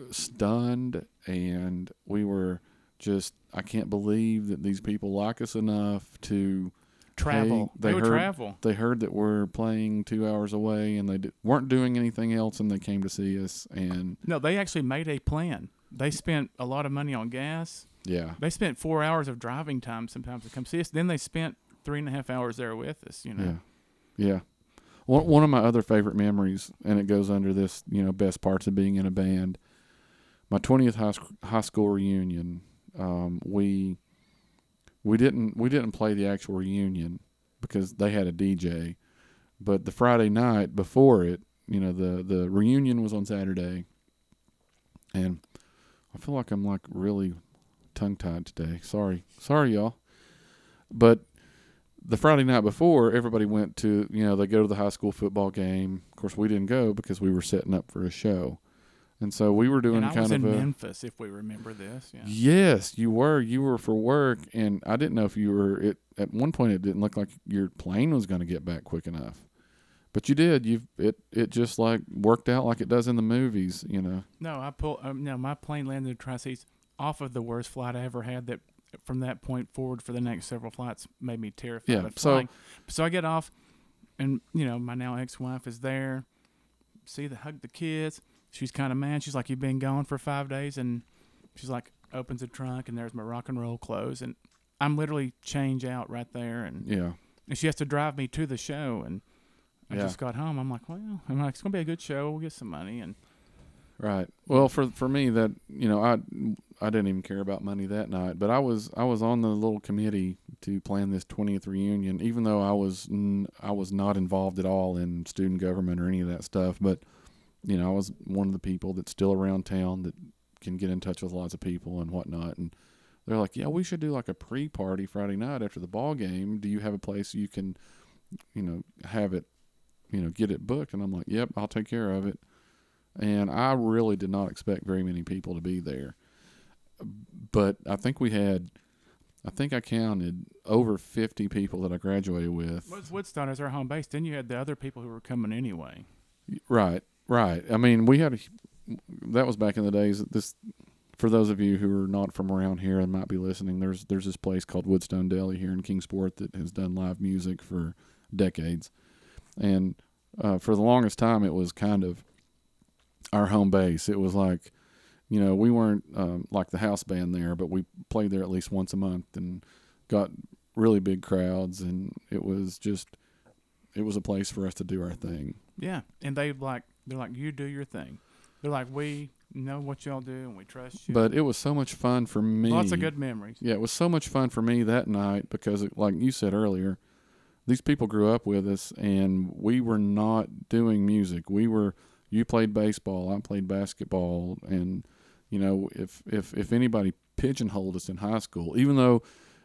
[SPEAKER 1] uh, stunned and we were just I can't believe that these people like us enough to
[SPEAKER 2] travel.
[SPEAKER 1] they
[SPEAKER 2] they would
[SPEAKER 1] heard-
[SPEAKER 2] travel.
[SPEAKER 1] they heard that we're playing 2 hours away and they d- weren't doing anything else and they came to see us and
[SPEAKER 2] No, they actually made a plan. They spent a lot of money on gas.
[SPEAKER 1] yeah.
[SPEAKER 2] They spent four hours of driving time sometimes to come see us. Then they spent three and a half hours there with us. You know.
[SPEAKER 1] Yeah. Yeah. One, one of my other favorite memories, and it goes under this, you know, best parts of being in a band. My 20th high, sc- high school reunion, um, we we didn't we didn't play the actual reunion because they had a DJ, but the Friday night before it, you know, the the reunion was on Saturday, and I feel like I'm like really tongue tied today. Sorry, sorry y'all, but the Friday night before, everybody went to you know they go to the high school football game. Of course, we didn't go because we were setting up for a show, and so we were doing
[SPEAKER 2] And I
[SPEAKER 1] kind
[SPEAKER 2] was
[SPEAKER 1] of
[SPEAKER 2] in
[SPEAKER 1] a
[SPEAKER 2] Memphis, if we remember this. Yeah.
[SPEAKER 1] Yes, you were. You were for work, and I didn't know if you were. It at one point, it didn't look like your plane was going to get back quick enough, but you did. You it it just like worked out like it does in the movies, you know.
[SPEAKER 2] No, I pull. Um, no, my plane landed in Tri Cities off of the worst flight I ever had. That from that point forward for the next several flights made me terrified.
[SPEAKER 1] Yeah,
[SPEAKER 2] of
[SPEAKER 1] so-
[SPEAKER 2] flying. so I get off, and you know my now ex-wife is there. See the hug the kids. She's kind of mad. She's like, "You've been gone for five days," and she's like, opens a trunk and there's my rock and roll clothes, and I'm literally change out right there, and,
[SPEAKER 1] Yeah,
[SPEAKER 2] and she has to drive me to the show, and I
[SPEAKER 1] Yeah.
[SPEAKER 2] just got home. I'm like, well, I'm like, it's gonna be a good show. We'll get some money, and
[SPEAKER 1] right. Well, for for me, that you know, I I didn't even care about money that night, but I was I was on the little committee to plan this 20th reunion, even though I was n- I was not involved at all in student government or any of that stuff. But you know, I was one of the people that's still around town that can get in touch with lots of people and whatnot. And they're like, "Yeah, we should do like a pre-party Friday night after the ball game. Do you have a place you can, you know, have it, you know, get it booked?" And I'm like, "Yep, I'll take care of it." And I really did not expect very many people to be there, but I think we had, I think I counted over 50 people that I graduated with.
[SPEAKER 2] What's Woodstock as our home base? Then you had the other people who were coming anyway.
[SPEAKER 1] Right, right. I mean, we had a, that was back in the days. that This for those of you who are not from around here and might be listening. There's there's this place called Woodstone Deli here in Kingsport that has done live music for decades, and uh, for the longest time it was kind of our home base. It was like, you know, we weren't um, like the house band there, but we played there at least once a month and got really big crowds, and it was just. It was a place for us to do our thing.
[SPEAKER 2] Yeah, and they like they're like you do your thing. They're like we know what y'all do and we trust you.
[SPEAKER 1] But it was so much fun for me.
[SPEAKER 2] lots of good memories.
[SPEAKER 1] Yeah, it was so much fun for me that night because, it, like you said earlier, these people grew up with us, and we were not doing music. We were you played baseball, I played basketball, and you know if if if anybody pigeonholed us in high school, even though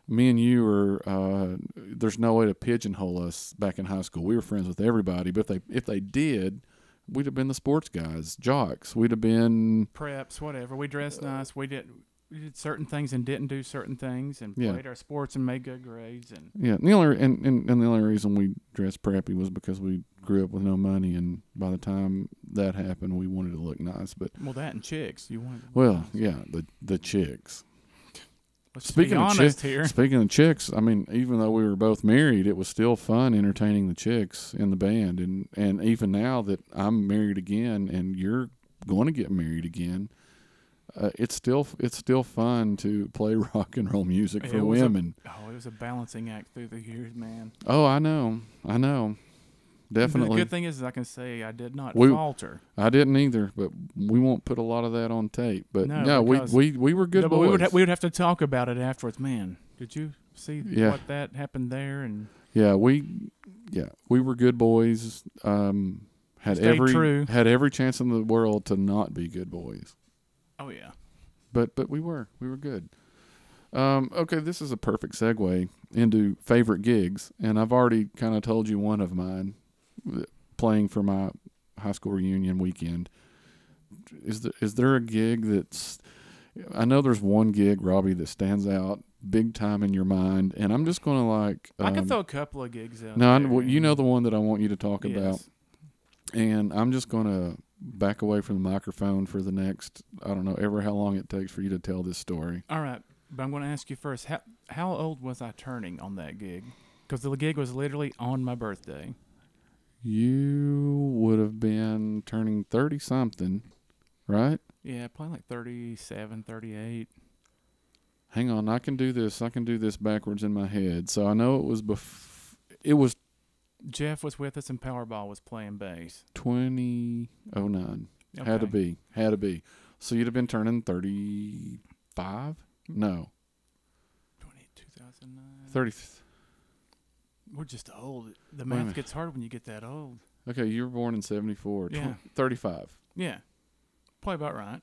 [SPEAKER 1] me and you were uh, there's no way to pigeonhole us back in high school. We were friends with everybody, but if they if they did, we'd have been the sports guys, jocks. We'd have been
[SPEAKER 2] Preps, whatever. We dressed
[SPEAKER 1] Uh,
[SPEAKER 2] nice. We did we did certain things and didn't do certain things and
[SPEAKER 1] Yeah.
[SPEAKER 2] played our sports and made good grades and
[SPEAKER 1] Yeah, and the only and, and, and the only reason we dressed preppy was because we grew up with no money, and by the time that happened, we wanted to look nice. But
[SPEAKER 2] well that and chicks. You want
[SPEAKER 1] well, yeah, the the chicks.
[SPEAKER 2] Let's
[SPEAKER 1] Speaking
[SPEAKER 2] be
[SPEAKER 1] of
[SPEAKER 2] honest here.
[SPEAKER 1] Speaking of chicks, I mean, even though we were both married, it was still fun entertaining the chicks in the band, and and even now that I'm married again, and you're going to get married again. Uh, it's still it's still fun to play rock and roll music for
[SPEAKER 2] It was a-
[SPEAKER 1] women.
[SPEAKER 2] Oh, it was a balancing act through the years, man.
[SPEAKER 1] oh, I know, I know, definitely.
[SPEAKER 2] The good thing is, is I can say I did not
[SPEAKER 1] We-
[SPEAKER 2] falter.
[SPEAKER 1] I didn't either, but we won't put a lot of that on tape. But no,
[SPEAKER 2] No,
[SPEAKER 1] we,
[SPEAKER 2] because-
[SPEAKER 1] we we were good
[SPEAKER 2] No,
[SPEAKER 1] boys.
[SPEAKER 2] but we would ha- we would have to talk about it afterwards. Man, did you see
[SPEAKER 1] Yeah.
[SPEAKER 2] what that happened there and
[SPEAKER 1] yeah, we yeah we were good boys. Um, had
[SPEAKER 2] Stayed
[SPEAKER 1] every
[SPEAKER 2] true.
[SPEAKER 1] had every chance in the world to not be good boys,
[SPEAKER 2] oh yeah.
[SPEAKER 1] but but we were we were good. Um, okay, this is a perfect segue into favorite gigs, and I've already kind of told you one of mine, uh, playing for my high school reunion weekend. Is there is there a gig that's I know there's one gig, Robbie, that stands out big time in your mind, and I'm just gonna like
[SPEAKER 2] I can
[SPEAKER 1] um,
[SPEAKER 2] throw a couple of gigs out.
[SPEAKER 1] No, I,
[SPEAKER 2] there
[SPEAKER 1] well, you
[SPEAKER 2] and-
[SPEAKER 1] know the one that I want you to talk
[SPEAKER 2] Yes.
[SPEAKER 1] about, and I'm just gonna back away from the microphone for the next I don't know ever how long it takes for you to tell this story.
[SPEAKER 2] All right, but I'm going to ask you first. How how old was I turning on that gig? Because the gig was literally on my birthday.
[SPEAKER 1] You would have been turning thirty something, right?
[SPEAKER 2] Yeah, probably like 37, 38.
[SPEAKER 1] hang on, I can do this. I can do this backwards in my head. So I know it was bef- it was
[SPEAKER 2] Jeff was with us, and Powerball was playing bass.
[SPEAKER 1] 2009. Had to
[SPEAKER 2] Okay.
[SPEAKER 1] be. Had to be. So you'd have been turning 35? No.
[SPEAKER 2] 20, 2009.
[SPEAKER 1] 30.
[SPEAKER 2] We're just old. The
[SPEAKER 1] Wait a
[SPEAKER 2] math
[SPEAKER 1] minute.
[SPEAKER 2] gets hard when you get that old.
[SPEAKER 1] Okay, you were born in 74. Tw-
[SPEAKER 2] Yeah.
[SPEAKER 1] 35.
[SPEAKER 2] Yeah, probably about right.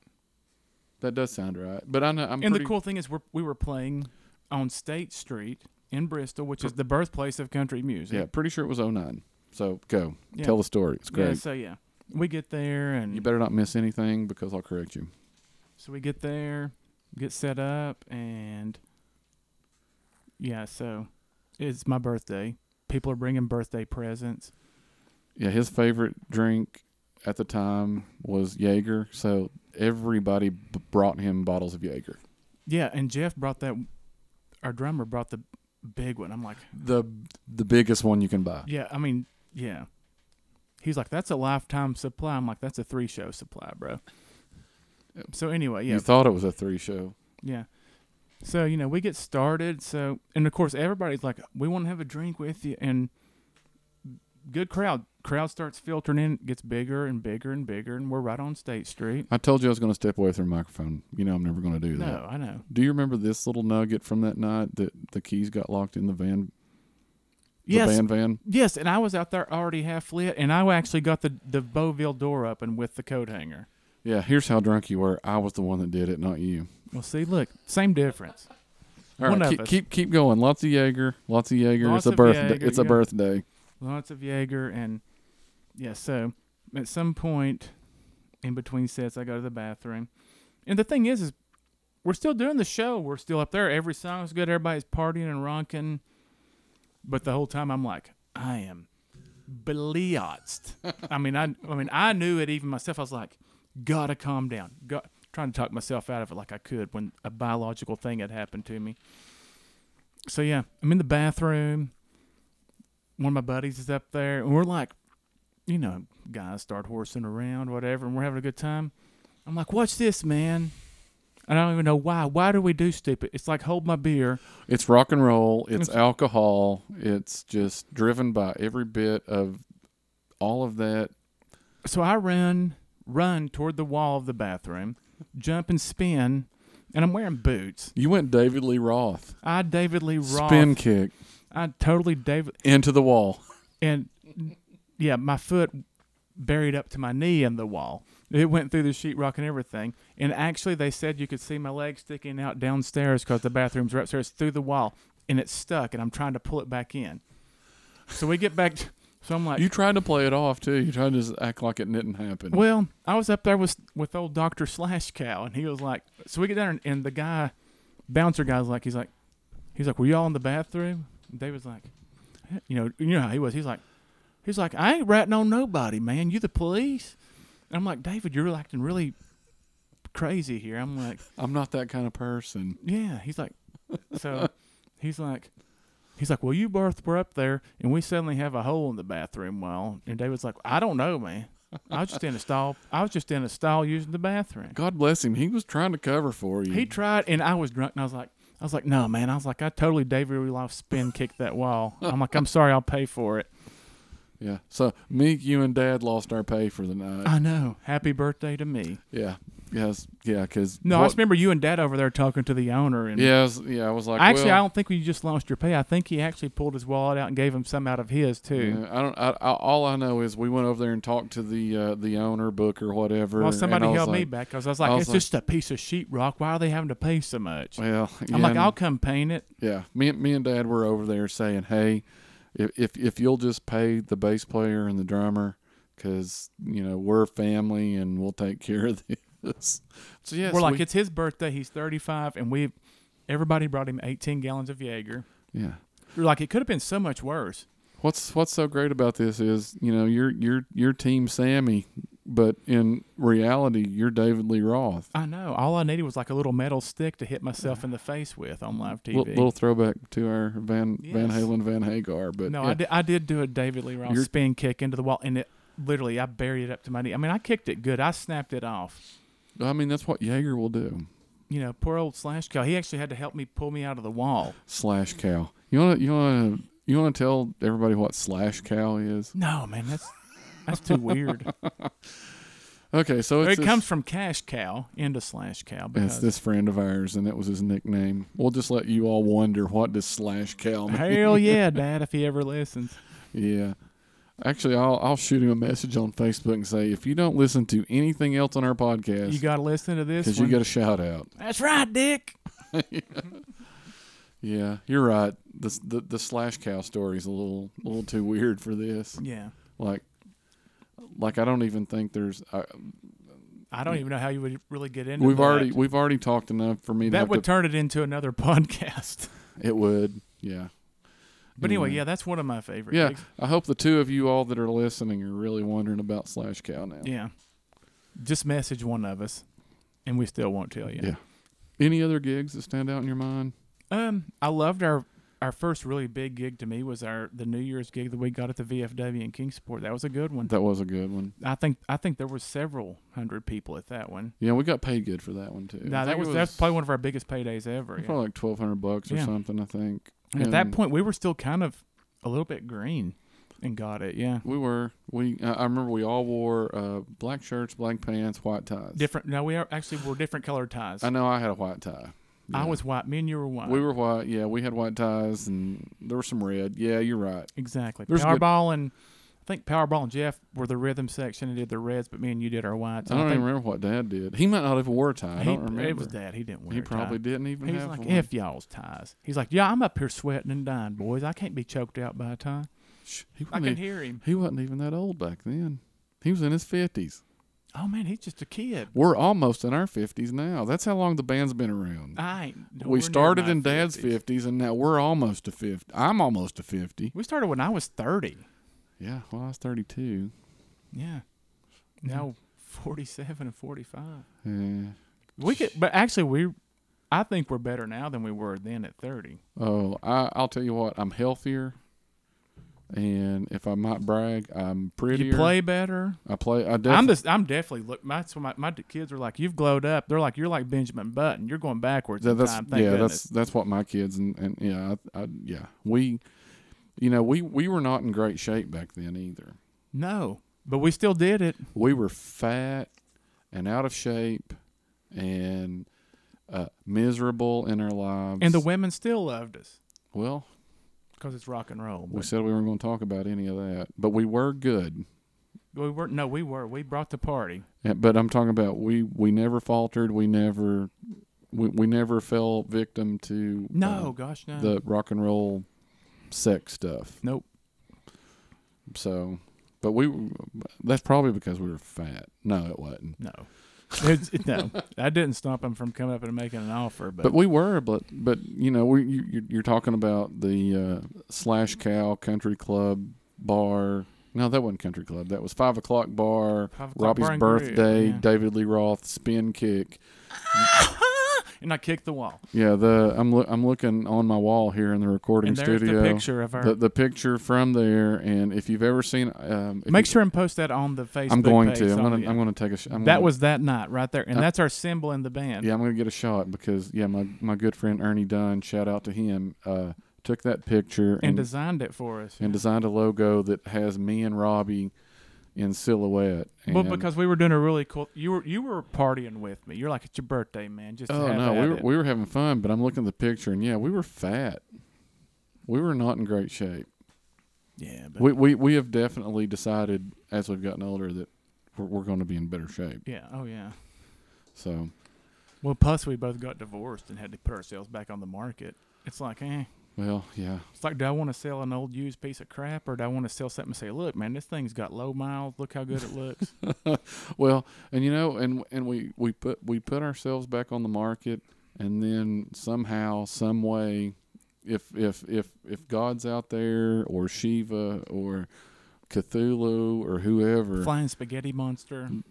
[SPEAKER 1] That does sound right. But I know I'm
[SPEAKER 2] and
[SPEAKER 1] pretty
[SPEAKER 2] the cool thing is, we we were playing on State Street in Bristol, which is the birthplace of country music.
[SPEAKER 1] Yeah, pretty sure it was 09. So go.
[SPEAKER 2] Yeah.
[SPEAKER 1] Tell the story. It's
[SPEAKER 2] Yeah,
[SPEAKER 1] great.
[SPEAKER 2] so yeah, we get there and
[SPEAKER 1] you better not miss anything because I'll correct you.
[SPEAKER 2] So we get there, get set up, and yeah, so it's my birthday. People are bringing birthday presents.
[SPEAKER 1] Yeah, his favorite drink at the time was Jaeger. So everybody b- brought him bottles of Jaeger.
[SPEAKER 2] Yeah, and Jeff brought that. Our drummer brought the big one. I'm like,
[SPEAKER 1] The the biggest one you can buy.
[SPEAKER 2] yeah, I mean, yeah. He's like, that's a lifetime supply. I'm like, that's a three show supply, bro. So anyway, yeah,
[SPEAKER 1] You thought it was a three show.
[SPEAKER 2] yeah. So you know, we get started. So and of course, everybody's like, we want to have a drink with you, and good crowd. Crowd starts filtering in, gets bigger and bigger and bigger, and we're right on State Street.
[SPEAKER 1] I told you I was going to step away from the microphone. You know I'm never going to do that.
[SPEAKER 2] No, I know.
[SPEAKER 1] do you remember this little nugget from that night that the keys got locked in the van? The
[SPEAKER 2] yes,
[SPEAKER 1] van van.
[SPEAKER 2] yes, and I was out there already half lit, and I actually got the the Beauville door open with the coat hanger.
[SPEAKER 1] Yeah. Here's how drunk you were. I was the one that did it, not you.
[SPEAKER 2] Well, see, look, same difference.
[SPEAKER 1] All
[SPEAKER 2] One
[SPEAKER 1] right.
[SPEAKER 2] of
[SPEAKER 1] Keep,
[SPEAKER 2] us.
[SPEAKER 1] keep keep going. Lots of Jaeger. Lots of Jaeger. it's
[SPEAKER 2] Lots
[SPEAKER 1] a
[SPEAKER 2] of
[SPEAKER 1] birthday.
[SPEAKER 2] Jaeger,
[SPEAKER 1] It's a
[SPEAKER 2] yeah.
[SPEAKER 1] birthday.
[SPEAKER 2] Lots of Jaeger, and yeah. So at some point in between sets, I go to the bathroom, and the thing is, is we're still doing the show. We're still up there. Every song's good. Everybody's partying and ronking, but the whole time I'm like, I am blitzed. I mean, I I mean, I knew it even myself. I was like, gotta calm down. Got trying to talk myself out of it like I could when a biological thing had happened to me. So yeah, I'm in the bathroom. One of my buddies is up there, and we're like, you know, guys start horsing around, whatever, and we're having a good time. I'm like, watch this, man. I don't even know why. Why do we do stupid? It's like hold my beer.
[SPEAKER 1] It's rock and roll. It's
[SPEAKER 2] It's-
[SPEAKER 1] alcohol. It's just driven by every bit of all of that.
[SPEAKER 2] So I run, run toward the wall of the bathroom, jump and spin, and I'm wearing boots.
[SPEAKER 1] You went David Lee Roth.
[SPEAKER 2] I David Lee Roth.
[SPEAKER 1] Spin kick
[SPEAKER 2] I totally David
[SPEAKER 1] into the wall.
[SPEAKER 2] and yeah, my foot buried up to my knee in the wall. It went through the sheetrock and everything. And actually, they said you could see my leg sticking out downstairs because the bathrooms are upstairs through the wall, and it's stuck. And I'm trying to pull it back in. So we get back. To, so I'm like,
[SPEAKER 1] You tried to play it off too. You tried to just act like it didn't happen.
[SPEAKER 2] Well, I was up there with with old Doctor Slash Cow, and he was like, "So we get down, and, and the guy, bouncer guy's like, he's like, he's like, were y'all in the bathroom?" And David's like, you know, you know how he was. He's like, he's like, I ain't ratting on nobody, man. You the police? And I'm like, David, you're acting really crazy here. I'm like,
[SPEAKER 1] I'm not that kind of person.
[SPEAKER 2] yeah. He's like, so he's like, he's like, well, you both were up there, and we suddenly have a hole in the bathroom wall. And David's like, I don't know, man. I was just in a stall. I was just in a stall using the bathroom.
[SPEAKER 1] God bless him. He was trying to cover for you.
[SPEAKER 2] He tried, and I was drunk, and I was like, I was like, no, man. I was like, I totally David Relief spin kicked that wall. I'm like, I'm sorry, I'll pay for it.
[SPEAKER 1] yeah. So me, you, and Dad lost our pay for the night.
[SPEAKER 2] I know. Happy birthday to me.
[SPEAKER 1] yeah. Yes. Yeah. Because
[SPEAKER 2] No, I just remember you and Dad over there talking to the owner, and
[SPEAKER 1] Yes. Yeah. I was like.
[SPEAKER 2] actually,
[SPEAKER 1] well,
[SPEAKER 2] I don't think we just lost your pay. I think he actually pulled his wallet out and gave him some out of his too.
[SPEAKER 1] Yeah, I don't. I, I, all I know is we went over there and talked to the uh, the owner, Book, or whatever.
[SPEAKER 2] Well,
[SPEAKER 1] and
[SPEAKER 2] somebody
[SPEAKER 1] I was
[SPEAKER 2] held me
[SPEAKER 1] like,
[SPEAKER 2] back because I was like,
[SPEAKER 1] I was
[SPEAKER 2] it's
[SPEAKER 1] like-
[SPEAKER 2] just a piece of sheetrock. Why are they having to pay so much?
[SPEAKER 1] Well, yeah,
[SPEAKER 2] I'm like,
[SPEAKER 1] and-
[SPEAKER 2] I'll come paint it.
[SPEAKER 1] yeah. Me, and- me and Dad were over there saying, "Hey, if if, if you'll just pay the bass player and the drummer, because you know we're family and we'll take care of this." So yes,
[SPEAKER 2] We're like,
[SPEAKER 1] we-
[SPEAKER 2] it's his birthday. He's 35, and we, everybody brought him 18 gallons of Jaeger.
[SPEAKER 1] yeah.
[SPEAKER 2] We're like, it could have been so much worse.
[SPEAKER 1] What's what's so great about this is you know you're you're you're Team Sammy, but in reality you're David Lee Roth.
[SPEAKER 2] I know. All I needed was like a little metal stick to hit myself in the face with on live TV.
[SPEAKER 1] Li- little throwback to our Van Van
[SPEAKER 2] Yes.
[SPEAKER 1] Halen Van Hagar, but
[SPEAKER 2] no,
[SPEAKER 1] yeah.
[SPEAKER 2] I, did, I did do a David Lee Roth
[SPEAKER 1] You're-
[SPEAKER 2] spin kick into the wall, and it literally, I buried it up to my knee. I mean, I kicked it good. I snapped it off.
[SPEAKER 1] I mean, that's what Jaeger will do.
[SPEAKER 2] You know, poor old Slash Cow. He actually had to help me pull me out of the wall.
[SPEAKER 1] Slash cow. You want to you want to you want to tell everybody what slash cow is?
[SPEAKER 2] No, man, that's that's too weird.
[SPEAKER 1] Okay, so it's
[SPEAKER 2] it
[SPEAKER 1] this,
[SPEAKER 2] comes from cash cow into slash cow
[SPEAKER 1] it's
[SPEAKER 2] because
[SPEAKER 1] this friend of ours, and that was his nickname. We'll just let you all wonder what does slash cow mean.
[SPEAKER 2] hell yeah, Dad, if he ever listens.
[SPEAKER 1] Yeah. Actually, I'll I'll shoot him a message on Facebook and say if you don't listen to anything else on our
[SPEAKER 2] You
[SPEAKER 1] podcast,
[SPEAKER 2] gotta listen to this.
[SPEAKER 1] because you
[SPEAKER 2] One.
[SPEAKER 1] got a shout out.
[SPEAKER 2] that's right, Dick.
[SPEAKER 1] Yeah, you're right. The, the the slash cow story is a little a little too weird for this.
[SPEAKER 2] Yeah.
[SPEAKER 1] Like, like I don't even think there's. I,
[SPEAKER 2] I don't even know how you would really get into
[SPEAKER 1] we've
[SPEAKER 2] that.
[SPEAKER 1] already we've already talked enough for me. to
[SPEAKER 2] that
[SPEAKER 1] have
[SPEAKER 2] would
[SPEAKER 1] to
[SPEAKER 2] turn it into another podcast.
[SPEAKER 1] It would. Yeah.
[SPEAKER 2] But anyway, yeah, that's one of my favorite.
[SPEAKER 1] Yeah.
[SPEAKER 2] gigs.
[SPEAKER 1] I hope the two of you all that are listening are really wondering about Slash Cow now.
[SPEAKER 2] Yeah. Just message one of us and we still won't tell you.
[SPEAKER 1] Yeah. Any other gigs that stand out in your mind?
[SPEAKER 2] Um, I loved our our first really big gig to me was our the New Year's gig that we got at the VFW in Kingsport. That was a good one.
[SPEAKER 1] That was a good one.
[SPEAKER 2] I think I think there was several hundred people at that one.
[SPEAKER 1] Yeah, we got paid good for that one too.
[SPEAKER 2] No,
[SPEAKER 1] I
[SPEAKER 2] that
[SPEAKER 1] think
[SPEAKER 2] was,
[SPEAKER 1] it
[SPEAKER 2] that's probably one of our biggest paydays
[SPEAKER 1] it
[SPEAKER 2] ever.
[SPEAKER 1] was
[SPEAKER 2] yeah.
[SPEAKER 1] probably like twelve hundred bucks or
[SPEAKER 2] Yeah.
[SPEAKER 1] something. I think.
[SPEAKER 2] And at that
[SPEAKER 1] And
[SPEAKER 2] point, we were still kind of a little bit green, and got it. Yeah,
[SPEAKER 1] we were we. I I remember we all wore uh, black shirts, black pants, white ties.
[SPEAKER 2] different. No, we are actually were different colored ties.
[SPEAKER 1] I know I had a white tie.
[SPEAKER 2] I
[SPEAKER 1] Yeah.
[SPEAKER 2] was white. Me and you were white.
[SPEAKER 1] We were white. Yeah, we had white ties, and there was some red. Yeah, you're right.
[SPEAKER 2] exactly.
[SPEAKER 1] There's a good-
[SPEAKER 2] Powerball and I think Powerball and Jeff were the rhythm section and did the reds, but me and you did our whites.
[SPEAKER 1] I don't
[SPEAKER 2] think
[SPEAKER 1] even remember what Dad did. He might not have wore a tie. I
[SPEAKER 2] he,
[SPEAKER 1] don't remember.
[SPEAKER 2] It was that he didn't wear.
[SPEAKER 1] he
[SPEAKER 2] a tie.
[SPEAKER 1] probably didn't even
[SPEAKER 2] He's
[SPEAKER 1] have
[SPEAKER 2] like,
[SPEAKER 1] one.
[SPEAKER 2] if y'all's ties. He's like, yeah, I'm up here sweating and dying, boys. I can't be choked out by a tie.
[SPEAKER 1] Shh, he,
[SPEAKER 2] I
[SPEAKER 1] wasn't
[SPEAKER 2] can
[SPEAKER 1] e-
[SPEAKER 2] hear him.
[SPEAKER 1] he wasn't even that old back then. He was in his fifties.
[SPEAKER 2] Oh man, he's just a kid.
[SPEAKER 1] We're almost in our fifties now. That's how long the band's been around.
[SPEAKER 2] I ain't. nowhere
[SPEAKER 1] we
[SPEAKER 2] near
[SPEAKER 1] started
[SPEAKER 2] my
[SPEAKER 1] in Dad's
[SPEAKER 2] 50s.
[SPEAKER 1] fifties, and now we're almost to fifty. I'm almost to fifty.
[SPEAKER 2] We started when I was thirty.
[SPEAKER 1] Yeah, well, I was thirty-two.
[SPEAKER 2] Yeah. Now forty-seven and forty-five.
[SPEAKER 1] Yeah.
[SPEAKER 2] We could, but actually, we, I think we're better now than we were then at thirty.
[SPEAKER 1] Oh, I, I'll tell you what. I'm healthier, and if I might brag, I'm prettier.
[SPEAKER 2] You play better.
[SPEAKER 1] I play. I
[SPEAKER 2] I'm
[SPEAKER 1] definitely.
[SPEAKER 2] just, I'm definitely look. My, so my my kids are like, you've glowed up. They're like, you're like Benjamin Button. You're going backwards. in
[SPEAKER 1] that's
[SPEAKER 2] time, thank
[SPEAKER 1] yeah. That's
[SPEAKER 2] goodness.
[SPEAKER 1] that's what my kids and and yeah. I, I, yeah. We, you know, we we were not in great shape back then either.
[SPEAKER 2] no, but we still did it.
[SPEAKER 1] We were fat and out of shape, and uh, miserable in our lives.
[SPEAKER 2] And the women still loved us
[SPEAKER 1] well,
[SPEAKER 2] because it's rock and roll.
[SPEAKER 1] we
[SPEAKER 2] But
[SPEAKER 1] said we weren't going to talk about any of that, but we were good.
[SPEAKER 2] we were no, we were. We brought the party.
[SPEAKER 1] Yeah, but I'm talking about we we never faltered. We never we, we never fell victim to uh,
[SPEAKER 2] No, gosh, no.
[SPEAKER 1] the rock and roll sex stuff.
[SPEAKER 2] Mm. Nope.
[SPEAKER 1] So, but we that's probably because we were fat. No, it wasn't.
[SPEAKER 2] no, It's- it- no. That didn't stop him from coming up and making an offer. But,
[SPEAKER 1] But we were, but but you know, we you, you're- you're talking about the uh, slash cow country club bar. No, that wasn't country club. That was five o'clock bar.
[SPEAKER 2] Five o'clock
[SPEAKER 1] Robbie's
[SPEAKER 2] bar and grill,
[SPEAKER 1] birthday.
[SPEAKER 2] yeah.
[SPEAKER 1] David Lee Roth spin kick.
[SPEAKER 2] and I kicked the wall.
[SPEAKER 1] Yeah, the I'm loo- I'm looking on my wall here in the recording
[SPEAKER 2] And there's
[SPEAKER 1] studio.
[SPEAKER 2] the picture of our.
[SPEAKER 1] The, the picture from there, and if you've ever seen, um, if
[SPEAKER 2] Make
[SPEAKER 1] you-
[SPEAKER 2] sure and post that on the Facebook.
[SPEAKER 1] I'm going
[SPEAKER 2] page,
[SPEAKER 1] to. I'm
[SPEAKER 2] so-
[SPEAKER 1] gonna.
[SPEAKER 2] yeah.
[SPEAKER 1] I'm gonna take a. Sh- I'm
[SPEAKER 2] that
[SPEAKER 1] gonna-
[SPEAKER 2] was that night right there, and
[SPEAKER 1] Uh,
[SPEAKER 2] that's our symbol in the band.
[SPEAKER 1] Yeah, I'm gonna get a shot because yeah, my my good friend Ernie Dunn, shout out to him, uh, took that picture
[SPEAKER 2] and designed it for us.
[SPEAKER 1] and designed a logo that has me and Robbie in silhouette. And,
[SPEAKER 2] well, because we were doing a really cool. You were you were partying with me. You're like, it's your birthday, man. Just
[SPEAKER 1] oh
[SPEAKER 2] have
[SPEAKER 1] no,
[SPEAKER 2] at
[SPEAKER 1] we were
[SPEAKER 2] it."
[SPEAKER 1] we were having fun, but I'm looking at the picture, and yeah, we were fat. We were not in great shape.
[SPEAKER 2] yeah, but
[SPEAKER 1] we, we we have definitely decided as we've gotten older that we're, we're going to be in better shape.
[SPEAKER 2] yeah, oh yeah.
[SPEAKER 1] So
[SPEAKER 2] Well, plus we both got divorced and had to put ourselves back on the market. It's like, eh.
[SPEAKER 1] well, yeah,
[SPEAKER 2] It's like, do I want to sell an old used piece of crap, or do I want to sell something and say, look, man, this thing's got low miles. Look how good it looks.
[SPEAKER 1] well, and you know, and and we we put we put ourselves back on the market, and then somehow, some way, if if if if God's out there or Shiva or Cthulhu or whoever
[SPEAKER 2] Flying spaghetti monster.
[SPEAKER 1] Mm.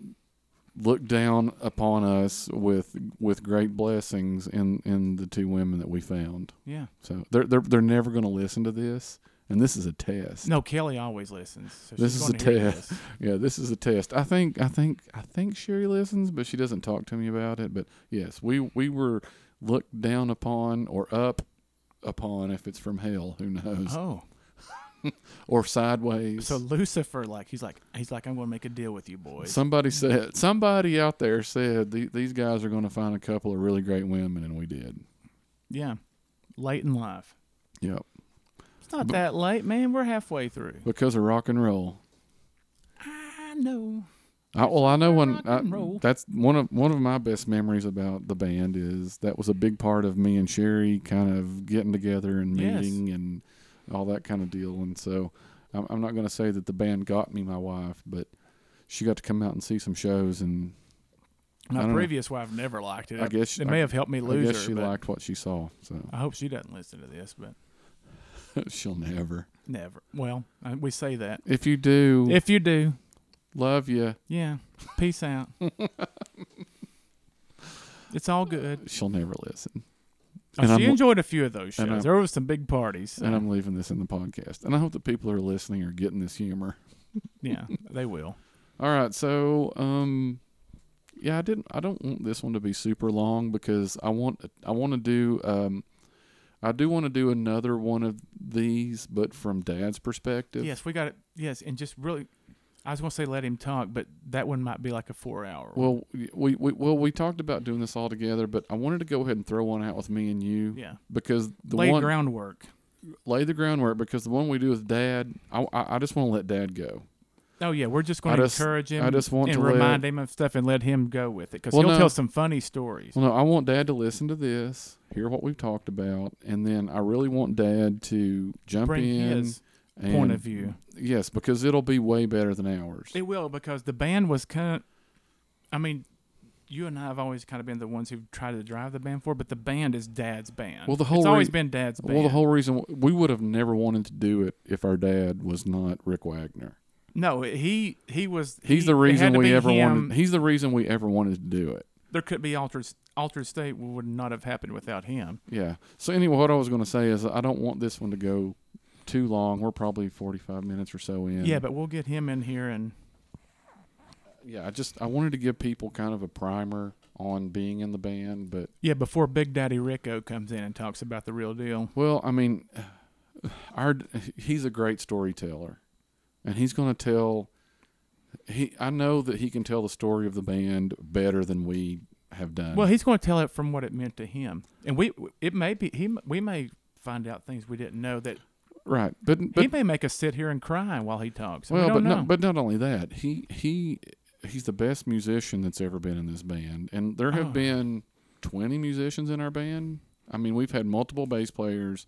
[SPEAKER 1] looked down upon us with with great blessings in in the two women that we found.
[SPEAKER 2] Yeah.
[SPEAKER 1] So they're they're they're never going to listen to this, and this is a test.
[SPEAKER 2] No, Kelly always listens. So
[SPEAKER 1] This
[SPEAKER 2] she's
[SPEAKER 1] is a
[SPEAKER 2] gonna hear
[SPEAKER 1] test.
[SPEAKER 2] this.
[SPEAKER 1] Yeah, this is a test. I think I think I think Sherry listens, but she doesn't talk to me about it. But yes, we we were looked down upon or up upon if it's from hell, who knows?
[SPEAKER 2] Oh.
[SPEAKER 1] Or sideways.
[SPEAKER 2] So Lucifer, like he's like he's like I'm going to make a deal with you boys.
[SPEAKER 1] somebody said somebody out there said "The- these guys are going to find a couple of really great women, and we did.
[SPEAKER 2] yeah, late in life.
[SPEAKER 1] Yep,
[SPEAKER 2] It's not
[SPEAKER 1] But-
[SPEAKER 2] that late, man. We're halfway through.
[SPEAKER 1] because of rock and roll.
[SPEAKER 2] I know.
[SPEAKER 1] I, well, I know one.
[SPEAKER 2] Rock
[SPEAKER 1] I,
[SPEAKER 2] and roll.
[SPEAKER 1] that's one of one of my best memories about the band is that was a big part of me and Sherry kind of getting together and
[SPEAKER 2] Yes.
[SPEAKER 1] meeting and all that kind of deal. And so, I'm, I'm not going to say that the band got me my wife, but she got to come out and see some shows, and I
[SPEAKER 2] My
[SPEAKER 1] don't know.
[SPEAKER 2] previous wife never liked it.
[SPEAKER 1] I guess-
[SPEAKER 2] it
[SPEAKER 1] I-
[SPEAKER 2] may have helped me
[SPEAKER 1] I
[SPEAKER 2] lose
[SPEAKER 1] guess
[SPEAKER 2] her.
[SPEAKER 1] she
[SPEAKER 2] but
[SPEAKER 1] liked what she saw. So
[SPEAKER 2] I hope she doesn't listen to this, but
[SPEAKER 1] she'll never.
[SPEAKER 2] never. Well, I, we say that.
[SPEAKER 1] If you do,
[SPEAKER 2] If you do,
[SPEAKER 1] love you,
[SPEAKER 2] yeah, peace out. it's all good.
[SPEAKER 1] she'll never listen.
[SPEAKER 2] Oh,
[SPEAKER 1] And
[SPEAKER 2] she
[SPEAKER 1] I'm-
[SPEAKER 2] enjoyed a few of those
[SPEAKER 1] and I'm-
[SPEAKER 2] shows. There was some big parties. so-
[SPEAKER 1] And I'm leaving this in the podcast. And I hope the people who are listening are getting this humor.
[SPEAKER 2] yeah, they will.
[SPEAKER 1] All right, so um, yeah, I didn't. I don't want this one to be super long because I want. I want to do. Um, I do want to do another one of these, but from Dad's perspective.
[SPEAKER 2] Yes, we got it. Yes, and just really, I was gonna say let him talk, but that one might be like a four hour. one.
[SPEAKER 1] Well, we, we well we talked about doing this all together, but I wanted to go ahead and throw one out with me and you
[SPEAKER 2] yeah,
[SPEAKER 1] because the
[SPEAKER 2] lay
[SPEAKER 1] one
[SPEAKER 2] groundwork.
[SPEAKER 1] lay the groundwork because the one we do with Dad, I I, I just want to let Dad go.
[SPEAKER 2] Oh yeah, we're just
[SPEAKER 1] I
[SPEAKER 2] going to
[SPEAKER 1] just-
[SPEAKER 2] encourage him
[SPEAKER 1] I just want
[SPEAKER 2] and
[SPEAKER 1] to
[SPEAKER 2] remind
[SPEAKER 1] let-
[SPEAKER 2] him of stuff and let him go with it because
[SPEAKER 1] Well,
[SPEAKER 2] he'll
[SPEAKER 1] no.
[SPEAKER 2] tell some funny stories.
[SPEAKER 1] Well, no, I want Dad to listen to this, hear what we've talked about, and then I really want Dad to jump
[SPEAKER 2] Bring
[SPEAKER 1] in
[SPEAKER 2] his
[SPEAKER 1] and,
[SPEAKER 2] point of view.
[SPEAKER 1] Yes, because it'll be way better than ours.
[SPEAKER 2] It will because the band was kind of. I mean, you and I have always kind of been the ones who've tried to drive the band for, but the band is Dad's band.
[SPEAKER 1] Well, the
[SPEAKER 2] it's
[SPEAKER 1] whole
[SPEAKER 2] always
[SPEAKER 1] rea-
[SPEAKER 2] been Dad's band.
[SPEAKER 1] well, the whole reason we would have never wanted to do it if our dad was not Rick Wagner.
[SPEAKER 2] no, he he was.
[SPEAKER 1] He's the
[SPEAKER 2] he- it had
[SPEAKER 1] reason
[SPEAKER 2] to
[SPEAKER 1] we
[SPEAKER 2] be
[SPEAKER 1] ever
[SPEAKER 2] him.
[SPEAKER 1] wanted. He's the reason we ever wanted to do it.
[SPEAKER 2] There could be altered altered state would not have happened without him.
[SPEAKER 1] Yeah. So anyway, what I was going to say is I don't want this one to go too long. We're probably forty-five minutes or so in.
[SPEAKER 2] Yeah, but we'll get him in here and
[SPEAKER 1] yeah. I just I wanted to give people kind of a primer on being in the band, but
[SPEAKER 2] yeah before Big Daddy Rico comes in and talks about the real deal.
[SPEAKER 1] Well, I mean, our he's a great storyteller, and he's going to tell. He, I know that he can tell the story of the band better than we have done.
[SPEAKER 2] Well, he's going to tell it from what it meant to him, and we it may be he we may find out things we didn't know that
[SPEAKER 1] right, but
[SPEAKER 2] he
[SPEAKER 1] but
[SPEAKER 2] may make us sit here and cry while he talks. and we
[SPEAKER 1] well, but
[SPEAKER 2] don't know.
[SPEAKER 1] not, but not only that, he he he's the best musician that's ever been in this band, and there have
[SPEAKER 2] Oh.
[SPEAKER 1] been twenty musicians in our band. I mean, we've had multiple bass players,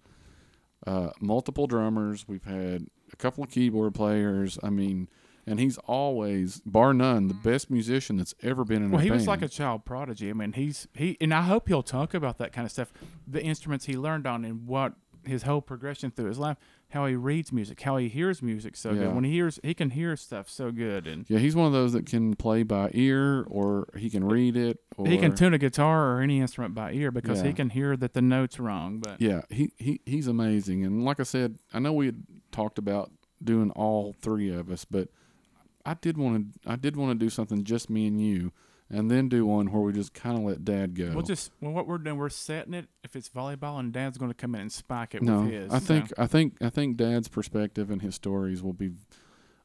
[SPEAKER 1] uh, multiple drummers. We've had a couple of keyboard players. I mean, and he's always, bar none, the best musician that's ever been in
[SPEAKER 2] Mm-hmm. well,
[SPEAKER 1] our
[SPEAKER 2] he
[SPEAKER 1] band.
[SPEAKER 2] was like a child prodigy. I mean, he's he and I hope he'll talk about that kind of stuff, the instruments he learned on, and what his whole progression through his life, how he reads music, how he hears music so
[SPEAKER 1] Yeah.
[SPEAKER 2] good. When he hears, he can hear stuff so good, and
[SPEAKER 1] yeah, he's one of those that can play by ear, or he can read it, or
[SPEAKER 2] he can tune a guitar or any instrument by ear because
[SPEAKER 1] Yeah.
[SPEAKER 2] he can hear that the notes wrong. But
[SPEAKER 1] Yeah, he, he he's amazing. And like I said, I know we had talked about doing all three of us, but I did want to I did want to do something just me and you, and then do one where we just kind of let Dad go.
[SPEAKER 2] We'll just well, what we're doing, we're setting it. If it's volleyball, and Dad's going to come in and spike it
[SPEAKER 1] no,
[SPEAKER 2] with his.
[SPEAKER 1] I
[SPEAKER 2] so-
[SPEAKER 1] think I think I think Dad's perspective and his stories will be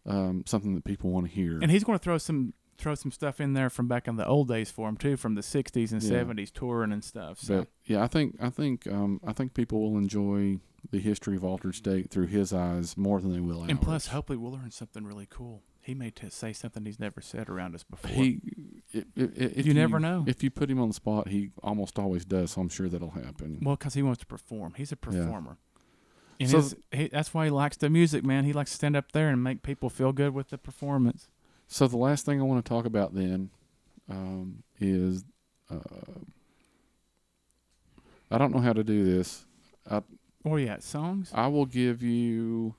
[SPEAKER 1] um, something that people want to hear.
[SPEAKER 2] and he's going to throw some throw some stuff in there from back in the old days for him too, from the '60s and
[SPEAKER 1] Yeah.
[SPEAKER 2] '70s touring and stuff. So
[SPEAKER 1] but yeah, I think I think um, I think people will enjoy the history of Altered State through his eyes more than they will.
[SPEAKER 2] and plus,
[SPEAKER 1] ours.
[SPEAKER 2] hopefully, we'll learn something really cool. He may t- say something he's never said around us before.
[SPEAKER 1] he if, if, if
[SPEAKER 2] You never know.
[SPEAKER 1] if you put him on the spot he almost always does so i'm sure that'll happen
[SPEAKER 2] well, because he wants to perform. He's a performer. And
[SPEAKER 1] So-
[SPEAKER 2] his, he, that's why he likes the music, man. He likes to stand up there and make people feel good with the performance.
[SPEAKER 1] so the last thing i want to talk about then um, is uh, i don't know how to do this
[SPEAKER 2] Or Oh, yeah, songs.
[SPEAKER 1] i will give you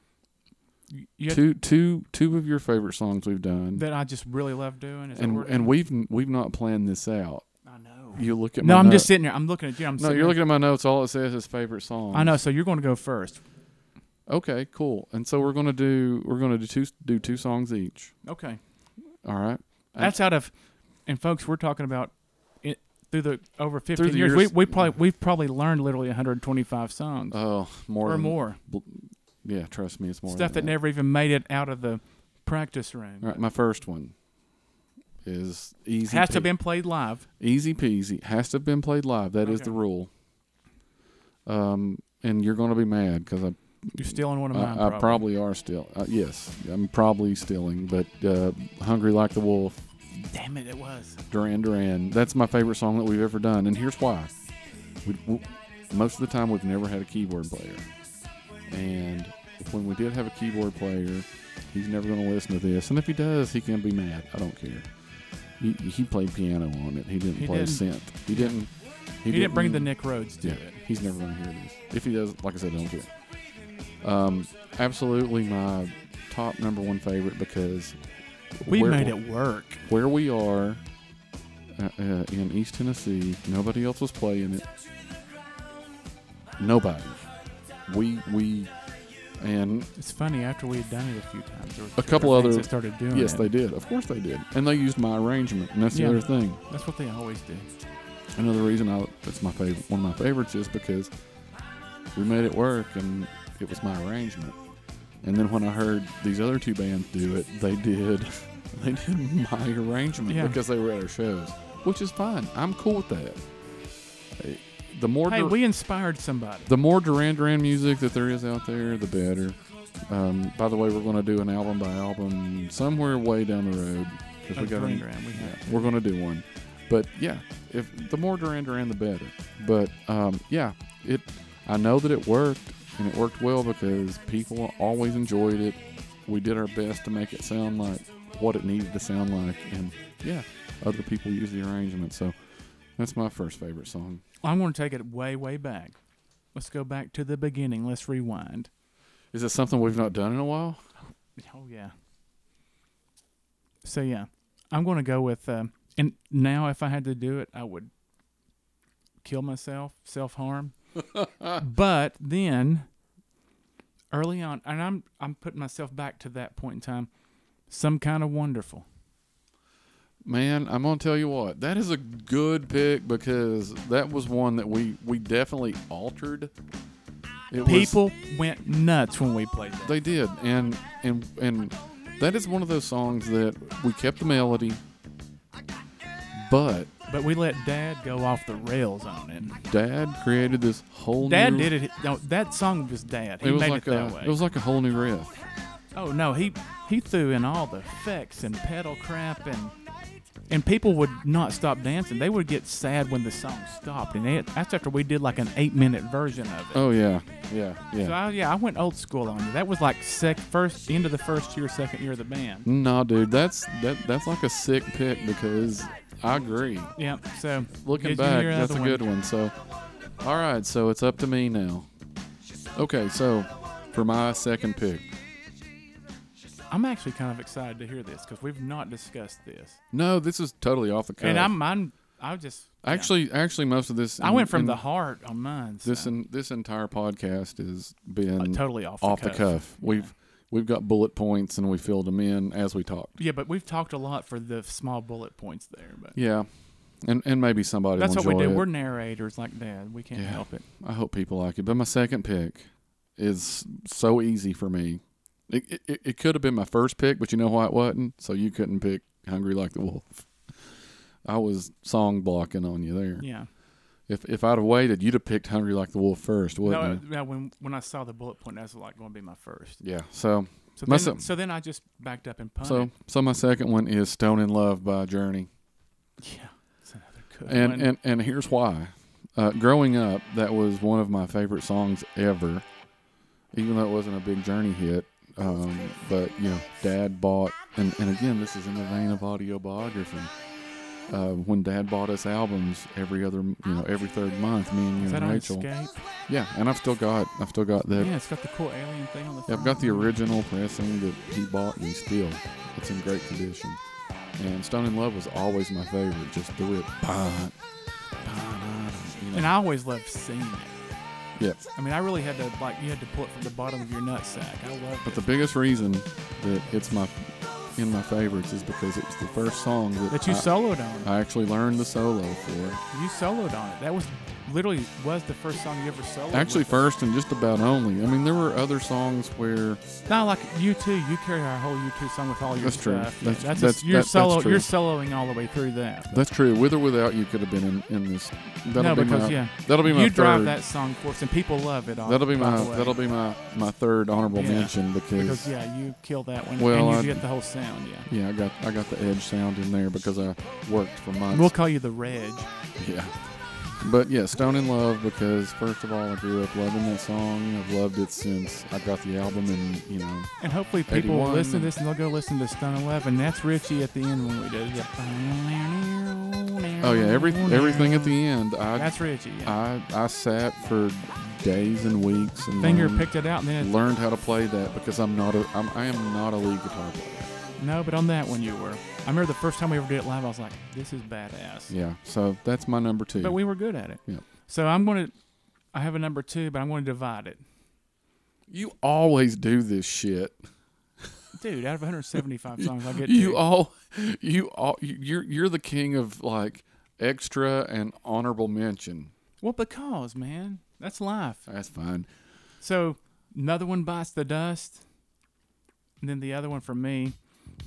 [SPEAKER 2] You- you have-
[SPEAKER 1] Uh, two two two of your favorite songs we've done
[SPEAKER 2] that I just really love doing. Is that
[SPEAKER 1] and
[SPEAKER 2] what we're
[SPEAKER 1] and
[SPEAKER 2] doing?
[SPEAKER 1] we've n- we've not planned this out
[SPEAKER 2] I know.
[SPEAKER 1] you look at
[SPEAKER 2] No,
[SPEAKER 1] my
[SPEAKER 2] I'm
[SPEAKER 1] note-
[SPEAKER 2] just sitting here. I'm looking at you. I'm
[SPEAKER 1] no
[SPEAKER 2] sitting
[SPEAKER 1] you're
[SPEAKER 2] here.
[SPEAKER 1] looking at my notes all it says is favorite songs
[SPEAKER 2] I know. So you're going to go first.
[SPEAKER 1] okay cool and so we're gonna do we're gonna do two do two songs each
[SPEAKER 2] Okay.
[SPEAKER 1] all right
[SPEAKER 2] That's out of, and folks, we're talking about it, through the over 15
[SPEAKER 1] the
[SPEAKER 2] years.
[SPEAKER 1] years-
[SPEAKER 2] We, we probably we've probably learned literally 125 songs
[SPEAKER 1] Oh, more
[SPEAKER 2] or
[SPEAKER 1] than-
[SPEAKER 2] more
[SPEAKER 1] Yeah, trust me, it's more
[SPEAKER 2] stuff that
[SPEAKER 1] than
[SPEAKER 2] never even made it out of the practice room.
[SPEAKER 1] All right, my first one is easy.
[SPEAKER 2] Has to
[SPEAKER 1] pea-
[SPEAKER 2] have been played live.
[SPEAKER 1] easy peasy. Has to have been played live. That is
[SPEAKER 2] Okay.
[SPEAKER 1] the rule. Um, and you're going to be mad because I,
[SPEAKER 2] You're stealing one of mine.
[SPEAKER 1] I, I Uh, probably are still. Uh, yes, I'm probably stealing. But uh, hungry like the wolf,
[SPEAKER 2] Damn it! It was.
[SPEAKER 1] Duran Duran. That's my favorite song that we've ever done, and here's why. We, we, most of the time, we've never had a keyboard player, and when we did have a keyboard player, he's never going to listen to this. And if he does, he can be mad. I don't care. He, he played piano on it. He didn't
[SPEAKER 2] He
[SPEAKER 1] play
[SPEAKER 2] didn't.
[SPEAKER 1] synth. He didn't.
[SPEAKER 2] He, didn't bring the Nick Rhodes to
[SPEAKER 1] Yeah,
[SPEAKER 2] it.
[SPEAKER 1] he's never going to hear this. If he does, like I said, I don't care. Um, absolutely my top number one favorite because
[SPEAKER 2] We
[SPEAKER 1] where-
[SPEAKER 2] made it work.
[SPEAKER 1] where we are uh, uh, in East Tennessee, nobody else was playing it. Nobody. We we and
[SPEAKER 2] It's funny after we had done it a few times. There was
[SPEAKER 1] A couple
[SPEAKER 2] different
[SPEAKER 1] other-
[SPEAKER 2] things that started doing
[SPEAKER 1] yes,
[SPEAKER 2] it.
[SPEAKER 1] they did. Of course they did, and they used my arrangement, and that's the
[SPEAKER 2] Yeah.
[SPEAKER 1] other thing.
[SPEAKER 2] That's what they always do.
[SPEAKER 1] Another reason I it's my favorite one of my favorites is because we made it work, and it was my arrangement. And then when I heard these other two bands do it, they did they did my arrangement
[SPEAKER 2] Yeah.
[SPEAKER 1] because they were at our shows, which is fine. I'm cool with that. Hey, The more
[SPEAKER 2] Hey,
[SPEAKER 1] dir-
[SPEAKER 2] we inspired somebody.
[SPEAKER 1] the more Duran Duran music that there is out there, the better. Um, by the way, we're going to do an album by album somewhere way down the road because we
[SPEAKER 2] Of
[SPEAKER 1] got
[SPEAKER 2] Duran
[SPEAKER 1] an-
[SPEAKER 2] Duran, we
[SPEAKER 1] yeah,
[SPEAKER 2] have.
[SPEAKER 1] we're going to do one. But yeah, if the more Duran Duran, the better. But um, yeah, it. I know that it worked and it worked well because people always enjoyed it. We did our best to make it sound like what it needed to sound like, and yeah, other people use the arrangement. So that's my first favorite song.
[SPEAKER 2] I'm going to take it way, way back. Let's go back to the beginning. Let's rewind.
[SPEAKER 1] Is it something we've not done in a while?
[SPEAKER 2] Oh yeah. So yeah, I'm going to go with. Um, and now, if I had to do it, I would kill myself, self harm. but then, early on, and I'm I'm putting myself back to that point in time. Some kind of wonderful.
[SPEAKER 1] Man, I'm gonna tell you what, that is a good pick because that was one that we we definitely altered. It was-
[SPEAKER 2] People went nuts when we played that.
[SPEAKER 1] they did, and and and that is one of those songs that we kept the melody, but
[SPEAKER 2] But we let Dad go off the rails on it.
[SPEAKER 1] Dad created this whole.
[SPEAKER 2] Dad
[SPEAKER 1] new,
[SPEAKER 2] did it. No, that song was Dad. He
[SPEAKER 1] it was
[SPEAKER 2] made
[SPEAKER 1] like
[SPEAKER 2] it that
[SPEAKER 1] a
[SPEAKER 2] way.
[SPEAKER 1] it was like a whole new riff.
[SPEAKER 2] Oh no, he he threw in all the effects and pedal crap and and people would not stop dancing. They would get sad when the song stopped, and they, that's after we did like an eight-minute version of it.
[SPEAKER 1] Oh yeah, yeah, yeah.
[SPEAKER 2] So I, yeah, I went old school on you. That was like sec first end of the first year, second year of the band.
[SPEAKER 1] no, dude, that's that that's like a sick pick because I agree.
[SPEAKER 2] Yeah. So
[SPEAKER 1] Looking
[SPEAKER 2] did you
[SPEAKER 1] back,
[SPEAKER 2] hear
[SPEAKER 1] that's a
[SPEAKER 2] another
[SPEAKER 1] good one. So, all right, so it's up to me now. Okay, so for my second pick,
[SPEAKER 2] I'm actually kind of excited to hear this because we've not discussed this,
[SPEAKER 1] no, this is totally off the cuff.
[SPEAKER 2] and I'm I'm I just yeah.
[SPEAKER 1] actually, actually, most of this
[SPEAKER 2] I went from
[SPEAKER 1] in-
[SPEAKER 2] the heart on mine. So
[SPEAKER 1] this in, this entire podcast has been
[SPEAKER 2] uh, totally off the
[SPEAKER 1] Mm, off the
[SPEAKER 2] cuff.
[SPEAKER 1] cuff. We've we've got bullet points and we filled them in as we talked.
[SPEAKER 2] Yeah, but we've talked a lot for the small bullet points there, but.
[SPEAKER 1] Yeah, and and maybe somebody
[SPEAKER 2] That's
[SPEAKER 1] will
[SPEAKER 2] what we
[SPEAKER 1] enjoy
[SPEAKER 2] do.
[SPEAKER 1] it.
[SPEAKER 2] We're narrators like dad. We can't
[SPEAKER 1] Yeah.
[SPEAKER 2] help it.
[SPEAKER 1] I hope people like it. But my second pick is so easy for me. It, it, it could have been my first pick, but you know why it wasn't? So you couldn't pick Hungry Like the Wolf. I was song blocking on you there.
[SPEAKER 2] Yeah.
[SPEAKER 1] If if I'd have waited, you'd have picked Hungry Like the Wolf first, wouldn't
[SPEAKER 2] No,
[SPEAKER 1] you?
[SPEAKER 2] no, when when I saw the bullet point, that's like going to be my first.
[SPEAKER 1] Yeah. So
[SPEAKER 2] So
[SPEAKER 1] My se-
[SPEAKER 2] then, so then I just backed up and punted.
[SPEAKER 1] so so my second one is Stone in Love by Journey.
[SPEAKER 2] yeah, that's another good
[SPEAKER 1] and
[SPEAKER 2] one.
[SPEAKER 1] and and here's why. Uh, growing up, that was one of my favorite songs ever, even though it wasn't a big Journey hit. Um, but you know, Dad bought, and and again, this is in the vein of autobiography. Uh, when Dad bought us albums every other, you know, every third month, me and you
[SPEAKER 2] is that
[SPEAKER 1] and
[SPEAKER 2] on
[SPEAKER 1] Rachel.
[SPEAKER 2] escape?
[SPEAKER 1] Yeah, and I've still got, I've still got that.
[SPEAKER 2] Yeah, it's got the cool alien thing on the.
[SPEAKER 1] I've
[SPEAKER 2] front.
[SPEAKER 1] got the original pressing that he bought me still. It's in great condition. And Stone in Love was always my favorite. Just do it. Bah, bah, you know.
[SPEAKER 2] And I always loved seeing it.
[SPEAKER 1] Yeah.
[SPEAKER 2] I mean, I really had to like you had to pull it from the bottom of your nutsack. I loved
[SPEAKER 1] But
[SPEAKER 2] it.
[SPEAKER 1] the biggest reason that it's my in my favorites is because it was the first song that,
[SPEAKER 2] that you
[SPEAKER 1] I,
[SPEAKER 2] soloed on.
[SPEAKER 1] I actually learned the solo for.
[SPEAKER 2] you soloed on it. That was literally was the first song you ever soloed.
[SPEAKER 1] Actually,
[SPEAKER 2] with.
[SPEAKER 1] first and just about only. I mean, there were other songs where
[SPEAKER 2] Not like you too. You carry our whole U two song with all your
[SPEAKER 1] That's true.
[SPEAKER 2] stuff. Yeah,
[SPEAKER 1] That's-
[SPEAKER 2] that's,
[SPEAKER 1] that's-
[SPEAKER 2] you're
[SPEAKER 1] that- that's
[SPEAKER 2] solo.
[SPEAKER 1] true.
[SPEAKER 2] You're soloing all the way through that.
[SPEAKER 1] that's true. With or without you could have been in, in this. That'll
[SPEAKER 2] no,
[SPEAKER 1] be
[SPEAKER 2] because
[SPEAKER 1] my,
[SPEAKER 2] yeah,
[SPEAKER 1] That'll be my
[SPEAKER 2] you drive
[SPEAKER 1] third.
[SPEAKER 2] that song for us, and people love it. All,
[SPEAKER 1] that'll be
[SPEAKER 2] by
[SPEAKER 1] my
[SPEAKER 2] the way.
[SPEAKER 1] that'll be my my third honorable
[SPEAKER 2] Yeah.
[SPEAKER 1] mention
[SPEAKER 2] because yeah, you kill that one,
[SPEAKER 1] Well,
[SPEAKER 2] and
[SPEAKER 1] I-
[SPEAKER 2] you get the whole sound. Yeah,
[SPEAKER 1] Yeah, I got I got the edge sound in there because I worked for months.
[SPEAKER 2] we'll call you the Reg.
[SPEAKER 1] yeah. But yeah, Stone in Love because first of all I grew up loving that song. I've loved it since I got the album and you know
[SPEAKER 2] And hopefully, people will
[SPEAKER 1] 81.
[SPEAKER 2] listen to this and they'll go listen to Stone Eleven. That's Richie at the end when we did it. Yeah.
[SPEAKER 1] Oh yeah, every everything at the end I
[SPEAKER 2] That's Richie. Yeah.
[SPEAKER 1] I I sat for days and weeks and
[SPEAKER 2] Finger
[SPEAKER 1] learned,
[SPEAKER 2] picked it out, and then it,
[SPEAKER 1] learned how to play that because I'm not a I'm, I am not a lead guitar player.
[SPEAKER 2] no, but on that one you were. I remember the first time we ever did it live. I was like, this is badass.
[SPEAKER 1] Yeah, so that's my number two.
[SPEAKER 2] But we were good at it.
[SPEAKER 1] Yeah.
[SPEAKER 2] So I'm going to, I have a number two, but I'm going to divide it.
[SPEAKER 1] you always do this shit.
[SPEAKER 2] Dude, out of 175 songs, I get
[SPEAKER 1] you
[SPEAKER 2] two.
[SPEAKER 1] all you all you're you're the king of like extra and honorable mention
[SPEAKER 2] Well, because, man, that's life.
[SPEAKER 1] that's fine
[SPEAKER 2] So another one bites the dust. And then the other one for me,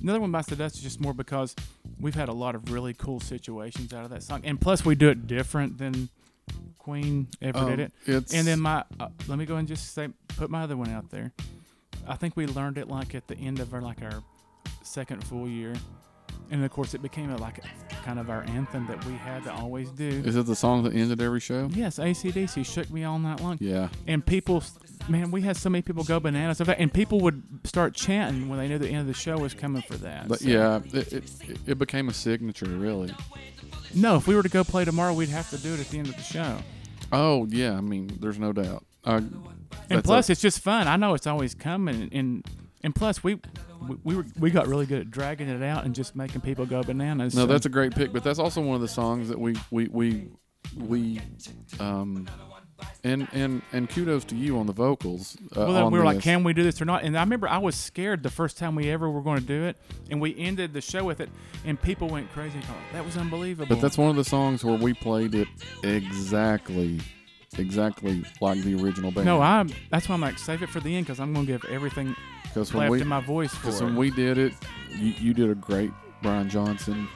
[SPEAKER 2] another one by Sedust is just more because we've had a lot of really cool situations out of that song, and plus we do it different than Queen ever
[SPEAKER 1] Um,
[SPEAKER 2] did it.
[SPEAKER 1] It's
[SPEAKER 2] And then my, uh, let me go and just say, put my other one out there. I think we learned it like at the end of our like our second full year, and of course it became a, like kind of our anthem that we had to always do.
[SPEAKER 1] is it the song that ended every show?
[SPEAKER 2] Yes, ACDC shook me all night long,
[SPEAKER 1] Yeah,
[SPEAKER 2] and people, man, we had so many people go bananas over that, and people would start chanting when they knew the end of the show was coming for that.
[SPEAKER 1] but
[SPEAKER 2] So-
[SPEAKER 1] yeah, it, it, it became a signature, really.
[SPEAKER 2] No, if we were to go play tomorrow, we'd have to do it at the end of the show.
[SPEAKER 1] Oh yeah, I mean, there's no doubt. Uh,
[SPEAKER 2] And
[SPEAKER 1] that's
[SPEAKER 2] plus,
[SPEAKER 1] a-
[SPEAKER 2] it's just fun. I know it's always coming, and and plus we we we, were, we got really good at dragging it out and just making people go bananas.
[SPEAKER 1] no,
[SPEAKER 2] so-
[SPEAKER 1] that's a great pick, but that's also one of the songs that we we we we um and and and kudos to you on the vocals. Uh,
[SPEAKER 2] well, then
[SPEAKER 1] on
[SPEAKER 2] we were like,
[SPEAKER 1] this.
[SPEAKER 2] can we do this or not? And I remember I was scared the first time we ever were going to do it, and we ended the show with it, and people went crazy. Going, that was unbelievable.
[SPEAKER 1] But that's one of the songs where we played it exactly, exactly like the original band.
[SPEAKER 2] no, I'm. That's why I'm like, save it for the end because I'm going to give everything
[SPEAKER 1] because when
[SPEAKER 2] left
[SPEAKER 1] we
[SPEAKER 2] in my voice for
[SPEAKER 1] because
[SPEAKER 2] it.
[SPEAKER 1] when we did it, you, you did a great Brian Johnson.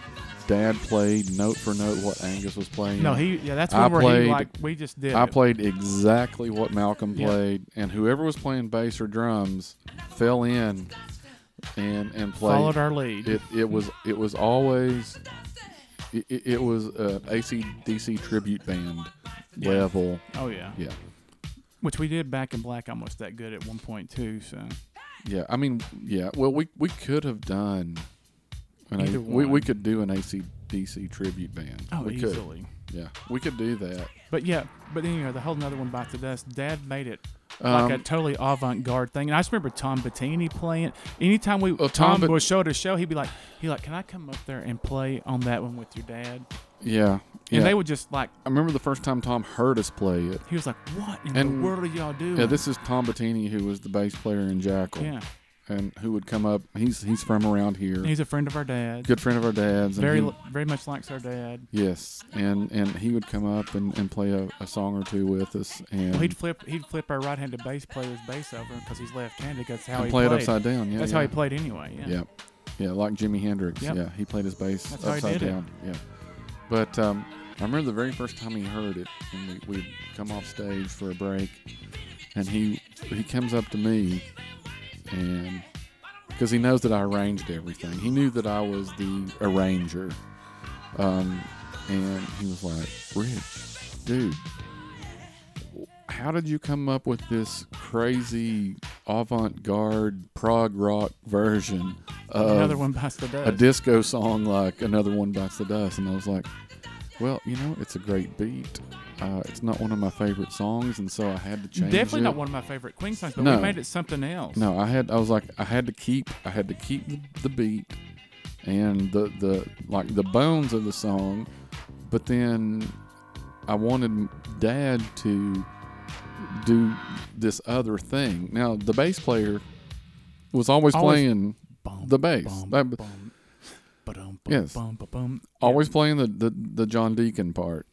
[SPEAKER 1] Dad played note for note what Angus was playing.
[SPEAKER 2] no, he. Yeah, that's
[SPEAKER 1] I
[SPEAKER 2] one where
[SPEAKER 1] played-
[SPEAKER 2] he like we just did.
[SPEAKER 1] I
[SPEAKER 2] it.
[SPEAKER 1] played exactly what Malcolm
[SPEAKER 2] Yeah.
[SPEAKER 1] played, and whoever was playing bass or drums fell in and and played.
[SPEAKER 2] followed our lead.
[SPEAKER 1] it it was it was always it, it it was a ACDC tribute band
[SPEAKER 2] Yeah.
[SPEAKER 1] level.
[SPEAKER 2] oh yeah.
[SPEAKER 1] Yeah,
[SPEAKER 2] which we did back in black almost that good at one point too. So.
[SPEAKER 1] yeah. I mean, yeah. Well, we we could have done. An a,
[SPEAKER 2] Either
[SPEAKER 1] we we
[SPEAKER 2] one.
[SPEAKER 1] could do an ACDC tribute band.
[SPEAKER 2] Oh,
[SPEAKER 1] we could.
[SPEAKER 2] easily.
[SPEAKER 1] Yeah, we could do that.
[SPEAKER 2] But yeah, but then you know the whole another one bite the dust. Dad made it
[SPEAKER 1] Um,
[SPEAKER 2] like a totally avant-garde thing, and I just remember Tom Bettini playing. Anytime we
[SPEAKER 1] Well, Tom
[SPEAKER 2] Tom,
[SPEAKER 1] Bet-
[SPEAKER 2] would show at a show, he'd be like, he like, can I come up there and play on that one with your dad?
[SPEAKER 1] yeah, yeah.
[SPEAKER 2] And they would just like,
[SPEAKER 1] I remember the first time Tom heard us play it.
[SPEAKER 2] he was like, what in
[SPEAKER 1] And-
[SPEAKER 2] the world are y'all doing?
[SPEAKER 1] Yeah, this is Tom Bettini, who was the bass player in Jackal,
[SPEAKER 2] Hmm. Yeah,
[SPEAKER 1] and who would come up. He's he's from around here,
[SPEAKER 2] And he's a friend of our dad.
[SPEAKER 1] good friend of our dad's. and
[SPEAKER 2] Very,
[SPEAKER 1] he-
[SPEAKER 2] li- very much likes our dad.
[SPEAKER 1] yes, and and he would come up and, and play a, a song or two with us, and
[SPEAKER 2] Well, he'd flip, he'd flip our right-handed bass player's bass over because he's left-handed. 'cause That's how
[SPEAKER 1] and
[SPEAKER 2] he
[SPEAKER 1] play it
[SPEAKER 2] played.
[SPEAKER 1] upside down. Yeah,
[SPEAKER 2] That's
[SPEAKER 1] yeah.
[SPEAKER 2] how he played anyway. Yeah.
[SPEAKER 1] Yeah. Yeah, like Jimi Hendrix.
[SPEAKER 2] Yep.
[SPEAKER 1] Yeah, he played his bass
[SPEAKER 2] That's how he
[SPEAKER 1] upside
[SPEAKER 2] did it.
[SPEAKER 1] down. Yeah, but um, I remember the very first time he heard it, and we, we'd come off stage for a break, and he he comes up to me, and because he knows that I arranged everything, he knew that I was the arranger, um, and he was like, "Rich, dude." How did you come up with this crazy avant-garde prog rock version of
[SPEAKER 2] Another one bites the dust.
[SPEAKER 1] Uh, a disco song like another one bites the dust and i was like well you know it's a great beat uh, it's not one of my favorite songs and so i had to change
[SPEAKER 2] Definitely
[SPEAKER 1] it.
[SPEAKER 2] not one of my favorite Queen songs, but
[SPEAKER 1] No.
[SPEAKER 2] we made it something else.
[SPEAKER 1] no i had i was like i had to keep i had to keep the, the beat and the the like the bones of the song but then i wanted dad to do this other thing now the bass player was always,
[SPEAKER 2] Always-
[SPEAKER 1] playing
[SPEAKER 2] Bum,
[SPEAKER 1] The bass. That-
[SPEAKER 2] bum, ba-dum, bum,
[SPEAKER 1] Yes.
[SPEAKER 2] bum, ba-bum.
[SPEAKER 1] always playing the, the the John Deacon part.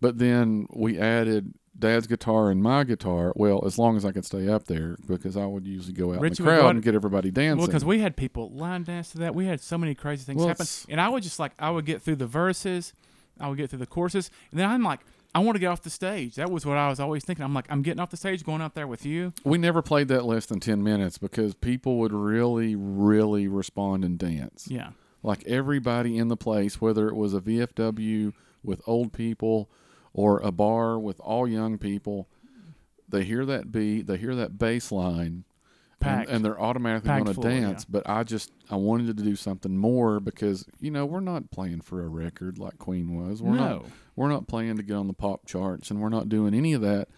[SPEAKER 1] But then we added Dad's guitar and my guitar. Well, as long as I could stay up there, because I would usually go out
[SPEAKER 2] Richie
[SPEAKER 1] in the
[SPEAKER 2] would go
[SPEAKER 1] crowd
[SPEAKER 2] out-
[SPEAKER 1] and get everybody dancing.
[SPEAKER 2] Well, because we had people line dance to that. We had so many crazy things
[SPEAKER 1] Well,
[SPEAKER 2] happen.
[SPEAKER 1] it's-
[SPEAKER 2] And I would just like, I would get through the verses, I would get through the courses, and then I'm like, I want to get off the stage. That was what I was always thinking. I'm like, I'm getting off the stage, going out there with you.
[SPEAKER 1] we never played that less than ten minutes because people would really, really respond and dance.
[SPEAKER 2] Yeah.
[SPEAKER 1] Like everybody in the place, whether it was a VFW with old people or a bar with all young people, they hear that beat, they hear that bass line, and,
[SPEAKER 2] Packed.
[SPEAKER 1] and they're automatically
[SPEAKER 2] Packed
[SPEAKER 1] going to
[SPEAKER 2] full,
[SPEAKER 1] dance.
[SPEAKER 2] yeah.
[SPEAKER 1] But I just I wanted to do something more because you know we're not playing for a record like Queen was. We're not
[SPEAKER 2] No.
[SPEAKER 1] we're not playing to get on the pop charts, and we're not doing any of that.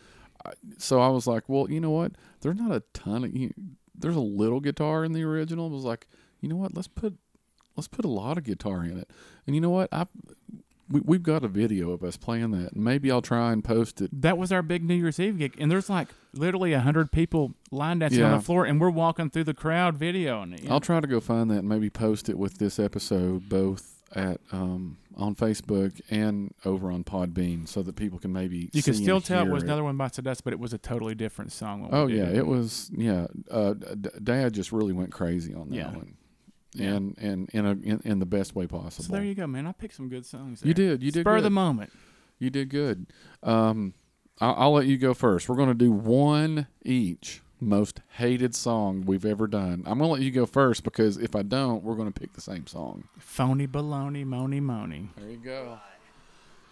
[SPEAKER 1] I- So I was like, well, you know what? There's not a ton of you, there's a little guitar in the original. I was like, you know what? Let's put let's put a lot of guitar in it. And you know what? I we, we've got a video of us playing that. Maybe I'll try and post it.
[SPEAKER 2] That was our big New Year's Eve gig. And there's like literally 100 people line dancing
[SPEAKER 1] Yeah.
[SPEAKER 2] on the floor, and we're walking through the crowd videoing it.
[SPEAKER 1] I'll try to go find that and maybe post it with this episode, both at um, on Facebook and over on Podbean so that people can maybe
[SPEAKER 2] You
[SPEAKER 1] see
[SPEAKER 2] could still
[SPEAKER 1] and
[SPEAKER 2] tell it
[SPEAKER 1] hear
[SPEAKER 2] was another one bites the dust, but it was a totally different song. when we
[SPEAKER 1] Oh
[SPEAKER 2] did
[SPEAKER 1] yeah, it was yeah. Uh, D- D- Dad just really went crazy on that
[SPEAKER 2] Yeah.
[SPEAKER 1] one,
[SPEAKER 2] Yeah.
[SPEAKER 1] and and in a in, in the best way possible.
[SPEAKER 2] So there you go, man. I picked some good songs. There.
[SPEAKER 1] You did you did
[SPEAKER 2] Spur
[SPEAKER 1] good.
[SPEAKER 2] of the moment.
[SPEAKER 1] you did good. Um, I'll, I'll let you go first. We're gonna do one each most hated song we've ever done. I'm gonna let you go first because if I don't, we're gonna pick the same song.
[SPEAKER 2] Phony baloney, moany moany.
[SPEAKER 1] There you go.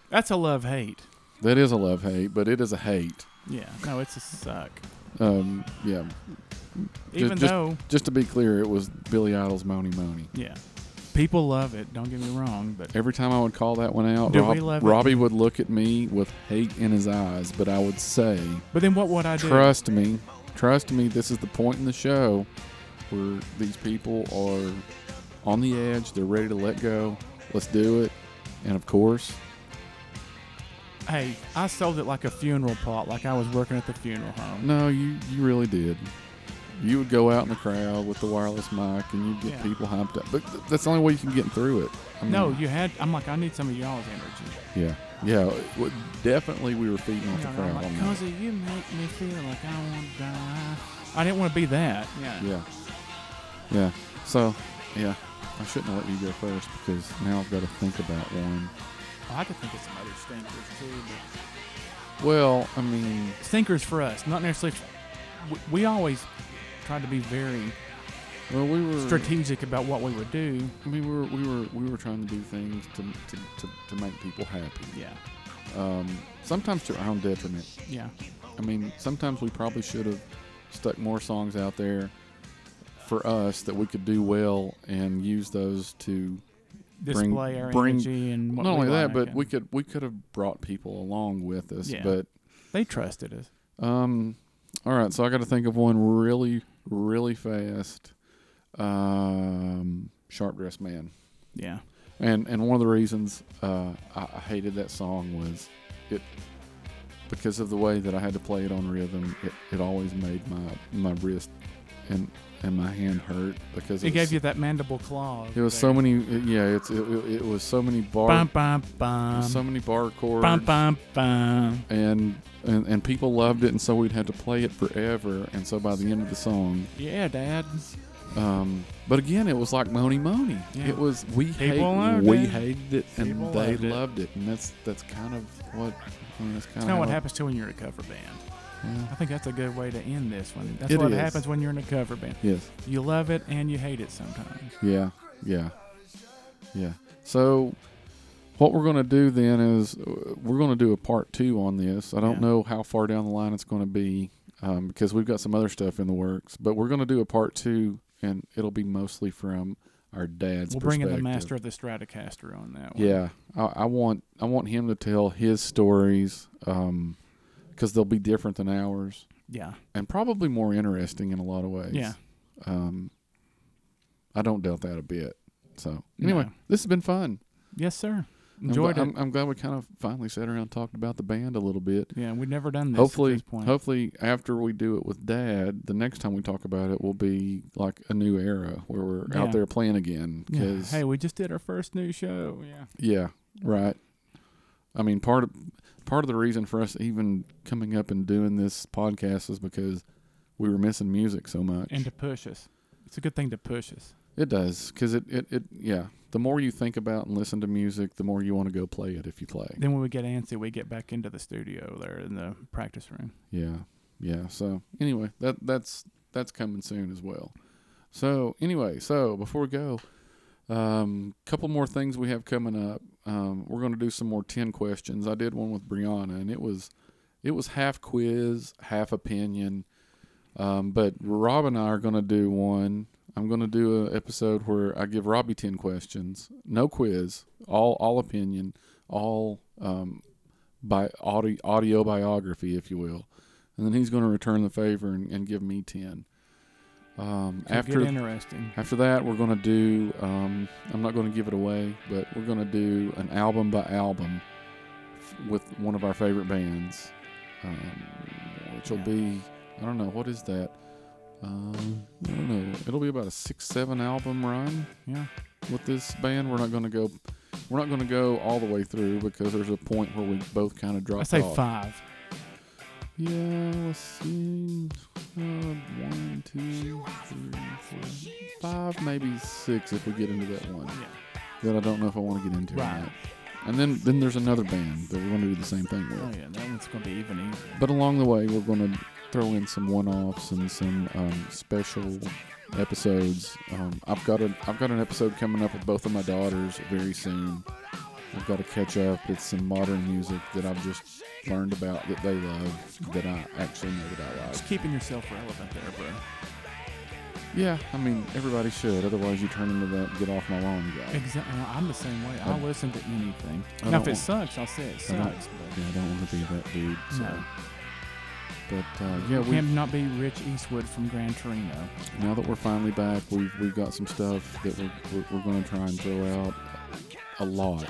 [SPEAKER 2] That's a love hate.
[SPEAKER 1] That is a love hate, but it is a hate.
[SPEAKER 2] Yeah. No, it's a suck.
[SPEAKER 1] Um, yeah.
[SPEAKER 2] Even
[SPEAKER 1] just-
[SPEAKER 2] though,
[SPEAKER 1] Just to be clear, it was Billy Idol's "Money Money."
[SPEAKER 2] yeah, people love it. Don't get me wrong, but
[SPEAKER 1] Every time I would call that one out,
[SPEAKER 2] Do
[SPEAKER 1] Rob-
[SPEAKER 2] we love it?
[SPEAKER 1] Robbie would look at me with hate in his eyes, but I would say,
[SPEAKER 2] but then what would I do?
[SPEAKER 1] "Trust me, trust me. This is the point in the show where these people are on the edge. They're ready to let go. Let's do it." And of course,
[SPEAKER 2] Hey, I sold it like a funeral plot, like I was working at the funeral home.
[SPEAKER 1] no, you you really did. You would go out in the crowd with the wireless mic, and you'd get
[SPEAKER 2] Yeah.
[SPEAKER 1] people hyped up. But th- that's the only way you can get through it. I mean,
[SPEAKER 2] No, you had. I'm like, I need some of y'all's energy.
[SPEAKER 1] Yeah, yeah. w- definitely, we were feeding off
[SPEAKER 2] You
[SPEAKER 1] the
[SPEAKER 2] know, and I'm
[SPEAKER 1] crowd
[SPEAKER 2] like,
[SPEAKER 1] on that.
[SPEAKER 2] Cause you make me feel like I want to die. I didn't want to be that. Yeah.
[SPEAKER 1] Yeah, yeah. So, yeah, I shouldn't have let you go first because now I've got to think about one.
[SPEAKER 2] Oh, I could think of some other stinkers too. But
[SPEAKER 1] Well, I mean,
[SPEAKER 2] stinkers for us, not necessarily. f- we- We always tried to be very
[SPEAKER 1] well, we were.
[SPEAKER 2] strategic about what we would do.
[SPEAKER 1] I mean, we were we were we were trying to do things to to, to, to make people happy.
[SPEAKER 2] Yeah.
[SPEAKER 1] Um, sometimes to our own detriment.
[SPEAKER 2] Yeah.
[SPEAKER 1] I mean, sometimes we probably should have stuck more songs out there for us that we could do well and use those to Bring-
[SPEAKER 2] display our
[SPEAKER 1] bring-
[SPEAKER 2] energy and what
[SPEAKER 1] not
[SPEAKER 2] we
[SPEAKER 1] only that,
[SPEAKER 2] like,
[SPEAKER 1] but
[SPEAKER 2] and
[SPEAKER 1] we could we could have brought people along with us.
[SPEAKER 2] Yeah.
[SPEAKER 1] But
[SPEAKER 2] they trusted us.
[SPEAKER 1] um, all right, so I got to think of one really really fast. Um, sharp dressed man,
[SPEAKER 2] Yeah,
[SPEAKER 1] and and one of the reasons uh, I, I hated that song was it because of the way that I had to play it on rhythm. It, it always made my my wrist and and my hand hurt because
[SPEAKER 2] it
[SPEAKER 1] it's-
[SPEAKER 2] gave you that mandible claw.
[SPEAKER 1] It was so many, yeah. It's it, it, it was so many bar,
[SPEAKER 2] Bum, bum,
[SPEAKER 1] it
[SPEAKER 2] bum,
[SPEAKER 1] was so many bar chords.
[SPEAKER 2] bum, bum, bum.
[SPEAKER 1] and, and and people loved it, and so we'd had to play it forever. And so by the end of the song,
[SPEAKER 2] Yeah, Dad.
[SPEAKER 1] um, but again, it was like Moni Moni.
[SPEAKER 2] Yeah.
[SPEAKER 1] It was we hate,
[SPEAKER 2] People loved
[SPEAKER 1] we
[SPEAKER 2] it.
[SPEAKER 1] hated it, and
[SPEAKER 2] People
[SPEAKER 1] they
[SPEAKER 2] loved it.
[SPEAKER 1] loved it, and that's that's kind of what. I mean, that's kind
[SPEAKER 2] It's
[SPEAKER 1] of
[SPEAKER 2] not what
[SPEAKER 1] how-
[SPEAKER 2] happens to when you're in a cover band.
[SPEAKER 1] yeah.
[SPEAKER 2] I think that's a good way to end this one. That's
[SPEAKER 1] It
[SPEAKER 2] what
[SPEAKER 1] is.
[SPEAKER 2] happens when you're in a cover band.
[SPEAKER 1] Yes.
[SPEAKER 2] You love it and you hate it sometimes.
[SPEAKER 1] Yeah. Yeah. Yeah. So. What we're going to do then is uh, we're going to do a part two on this. I don't
[SPEAKER 2] Yeah.
[SPEAKER 1] know how far down the line it's going to be um, because we've got some other stuff in the works, but we're going to do a part two, and it'll be mostly from our dad's
[SPEAKER 2] we'll bring in the
[SPEAKER 1] perspective.
[SPEAKER 2] master of the Stratocaster on that one.
[SPEAKER 1] Yeah, I, I want I want him to tell his stories because they'll be different than ours
[SPEAKER 2] Yeah.
[SPEAKER 1] and probably more interesting in a lot of ways.
[SPEAKER 2] Yeah.
[SPEAKER 1] um, I don't doubt that a bit. So anyway,
[SPEAKER 2] No.
[SPEAKER 1] this has been fun.
[SPEAKER 2] Yes, sir.
[SPEAKER 1] I'm
[SPEAKER 2] Enjoyed
[SPEAKER 1] gl-
[SPEAKER 2] it.
[SPEAKER 1] I'm, I'm glad we kind of finally sat around and talked about the band a little bit.
[SPEAKER 2] yeah, we've never done this.
[SPEAKER 1] hopefully,
[SPEAKER 2] At this point.
[SPEAKER 1] hopefully after we do it with Dad, the next time we talk about it will be like a new era where we're
[SPEAKER 2] Yeah.
[SPEAKER 1] out there playing again.
[SPEAKER 2] Yeah.
[SPEAKER 1] 'cause-
[SPEAKER 2] Hey, we just did our first new show. Yeah.
[SPEAKER 1] Yeah, right. I mean, part of part of the reason for us even coming up and doing this podcast is because we were missing music so much.
[SPEAKER 2] And to push us. It's a good thing to push us.
[SPEAKER 1] it does because it, it it yeah. The more you think about and listen to music, the more you want to go play it if you play.
[SPEAKER 2] Then when we get antsy, we get back into the studio there in the practice room.
[SPEAKER 1] Yeah, yeah. So anyway, that that's that's coming soon as well. So anyway, so before we go, um, couple more things we have coming up. Um, we're going to do some more ten questions. I did one with Brianna, and it was it was half quiz, half opinion. Um, but Rob and I are going to do one. I'm going to do an episode where I give Robbie ten questions, no quiz, all all opinion, all um, by audio, audio biography, if you will, and then he's going to return the favor and, and give me ten. Um,
[SPEAKER 2] Could
[SPEAKER 1] after
[SPEAKER 2] get interesting.
[SPEAKER 1] after that, we're going to do, um, I'm not going to give it away, but we're going to do an album by album f- with one of our favorite bands, um, which will
[SPEAKER 2] Yeah.
[SPEAKER 1] be, I don't know, what is that? Um, I don't know. It'll be about a six, seven album run.
[SPEAKER 2] Yeah.
[SPEAKER 1] with this band. We're not going to go. We're not going to go all the way through because there's a point where we both kind of drop.
[SPEAKER 2] I say
[SPEAKER 1] off.
[SPEAKER 2] five.
[SPEAKER 1] Yeah, let's see. Uh, one, two, three, four, five, maybe six if we get into that one
[SPEAKER 2] Yeah.
[SPEAKER 1] that I don't know if I want to get into. or
[SPEAKER 2] Right.
[SPEAKER 1] not. And then then there's another band that we're going to do the same thing with.
[SPEAKER 2] Oh yeah, that one's gonna be even easier.
[SPEAKER 1] But along the way, we're going to throw in some one-offs and some um, special episodes. Um, I've got a I've got an episode coming up with both of my daughters very soon. I've got to catch up. It's some modern music that I've just learned about that they love that I actually know that I like.
[SPEAKER 2] Just keeping yourself relevant there, bro.
[SPEAKER 1] Yeah, I mean everybody should. Otherwise, you turn into that get off my lawn guy.
[SPEAKER 2] Exactly. I'm the same way. I'll
[SPEAKER 1] I-
[SPEAKER 2] listen to anything.
[SPEAKER 1] I
[SPEAKER 2] now,
[SPEAKER 1] don't
[SPEAKER 2] if it
[SPEAKER 1] want-
[SPEAKER 2] sucks, I'll say it
[SPEAKER 1] I don't-
[SPEAKER 2] sucks.
[SPEAKER 1] Yeah, I don't want to be that dude.
[SPEAKER 2] But
[SPEAKER 1] So.
[SPEAKER 2] no,
[SPEAKER 1] But uh, yeah,
[SPEAKER 2] we
[SPEAKER 1] we
[SPEAKER 2] cannot be Rich Eastwood from Gran Torino.
[SPEAKER 1] now that we're finally back, we've, we've got some stuff that we're, we're, we're going to try and throw out a lot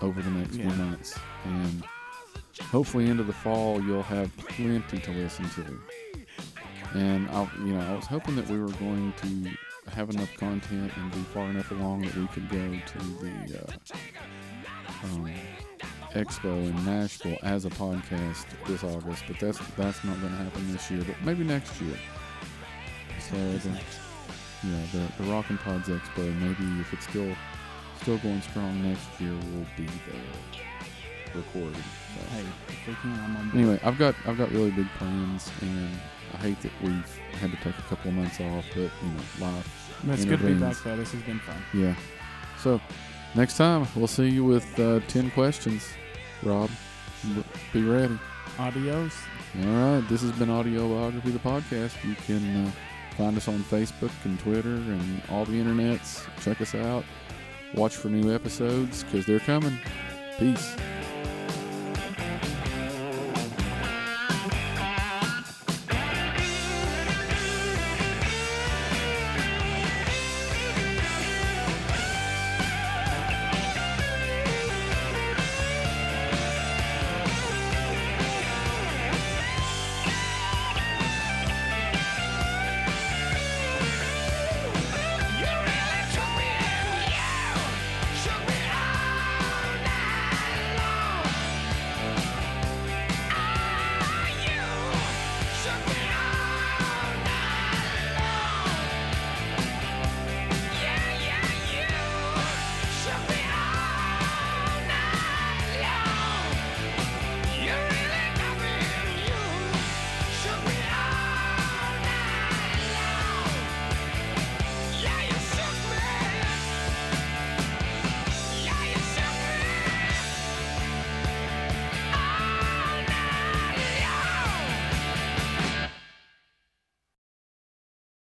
[SPEAKER 1] over the next few
[SPEAKER 2] Yeah.
[SPEAKER 1] months. And hopefully, into the fall, you'll have plenty to listen to. And I, you know, I was hoping that we were going to have enough content and be far enough along that we could go to the uh, um, expo in Nashville as a podcast this August, but that's that's not going to happen this year. But maybe next year. So the, yeah, the the Rockin' Pods Expo. Maybe if it's still still going strong next year, we'll be there recording. So.
[SPEAKER 2] Hey, if we can, I'm on board.
[SPEAKER 1] Anyway, I've got I've got really big plans, and I hate that we've had to take a couple of months off, but you know, life.
[SPEAKER 2] But it's good to be back,
[SPEAKER 1] intervenes.
[SPEAKER 2] though. This has been fun.
[SPEAKER 1] Yeah. So, next time we'll see you with uh, ten questions. Rob, b- be ready.
[SPEAKER 2] Adios.
[SPEAKER 1] All right, this has been Audiobiography, the podcast. You can uh, find us on Facebook and Twitter and all the internets. Check us out. Watch for new episodes because they're coming. Peace.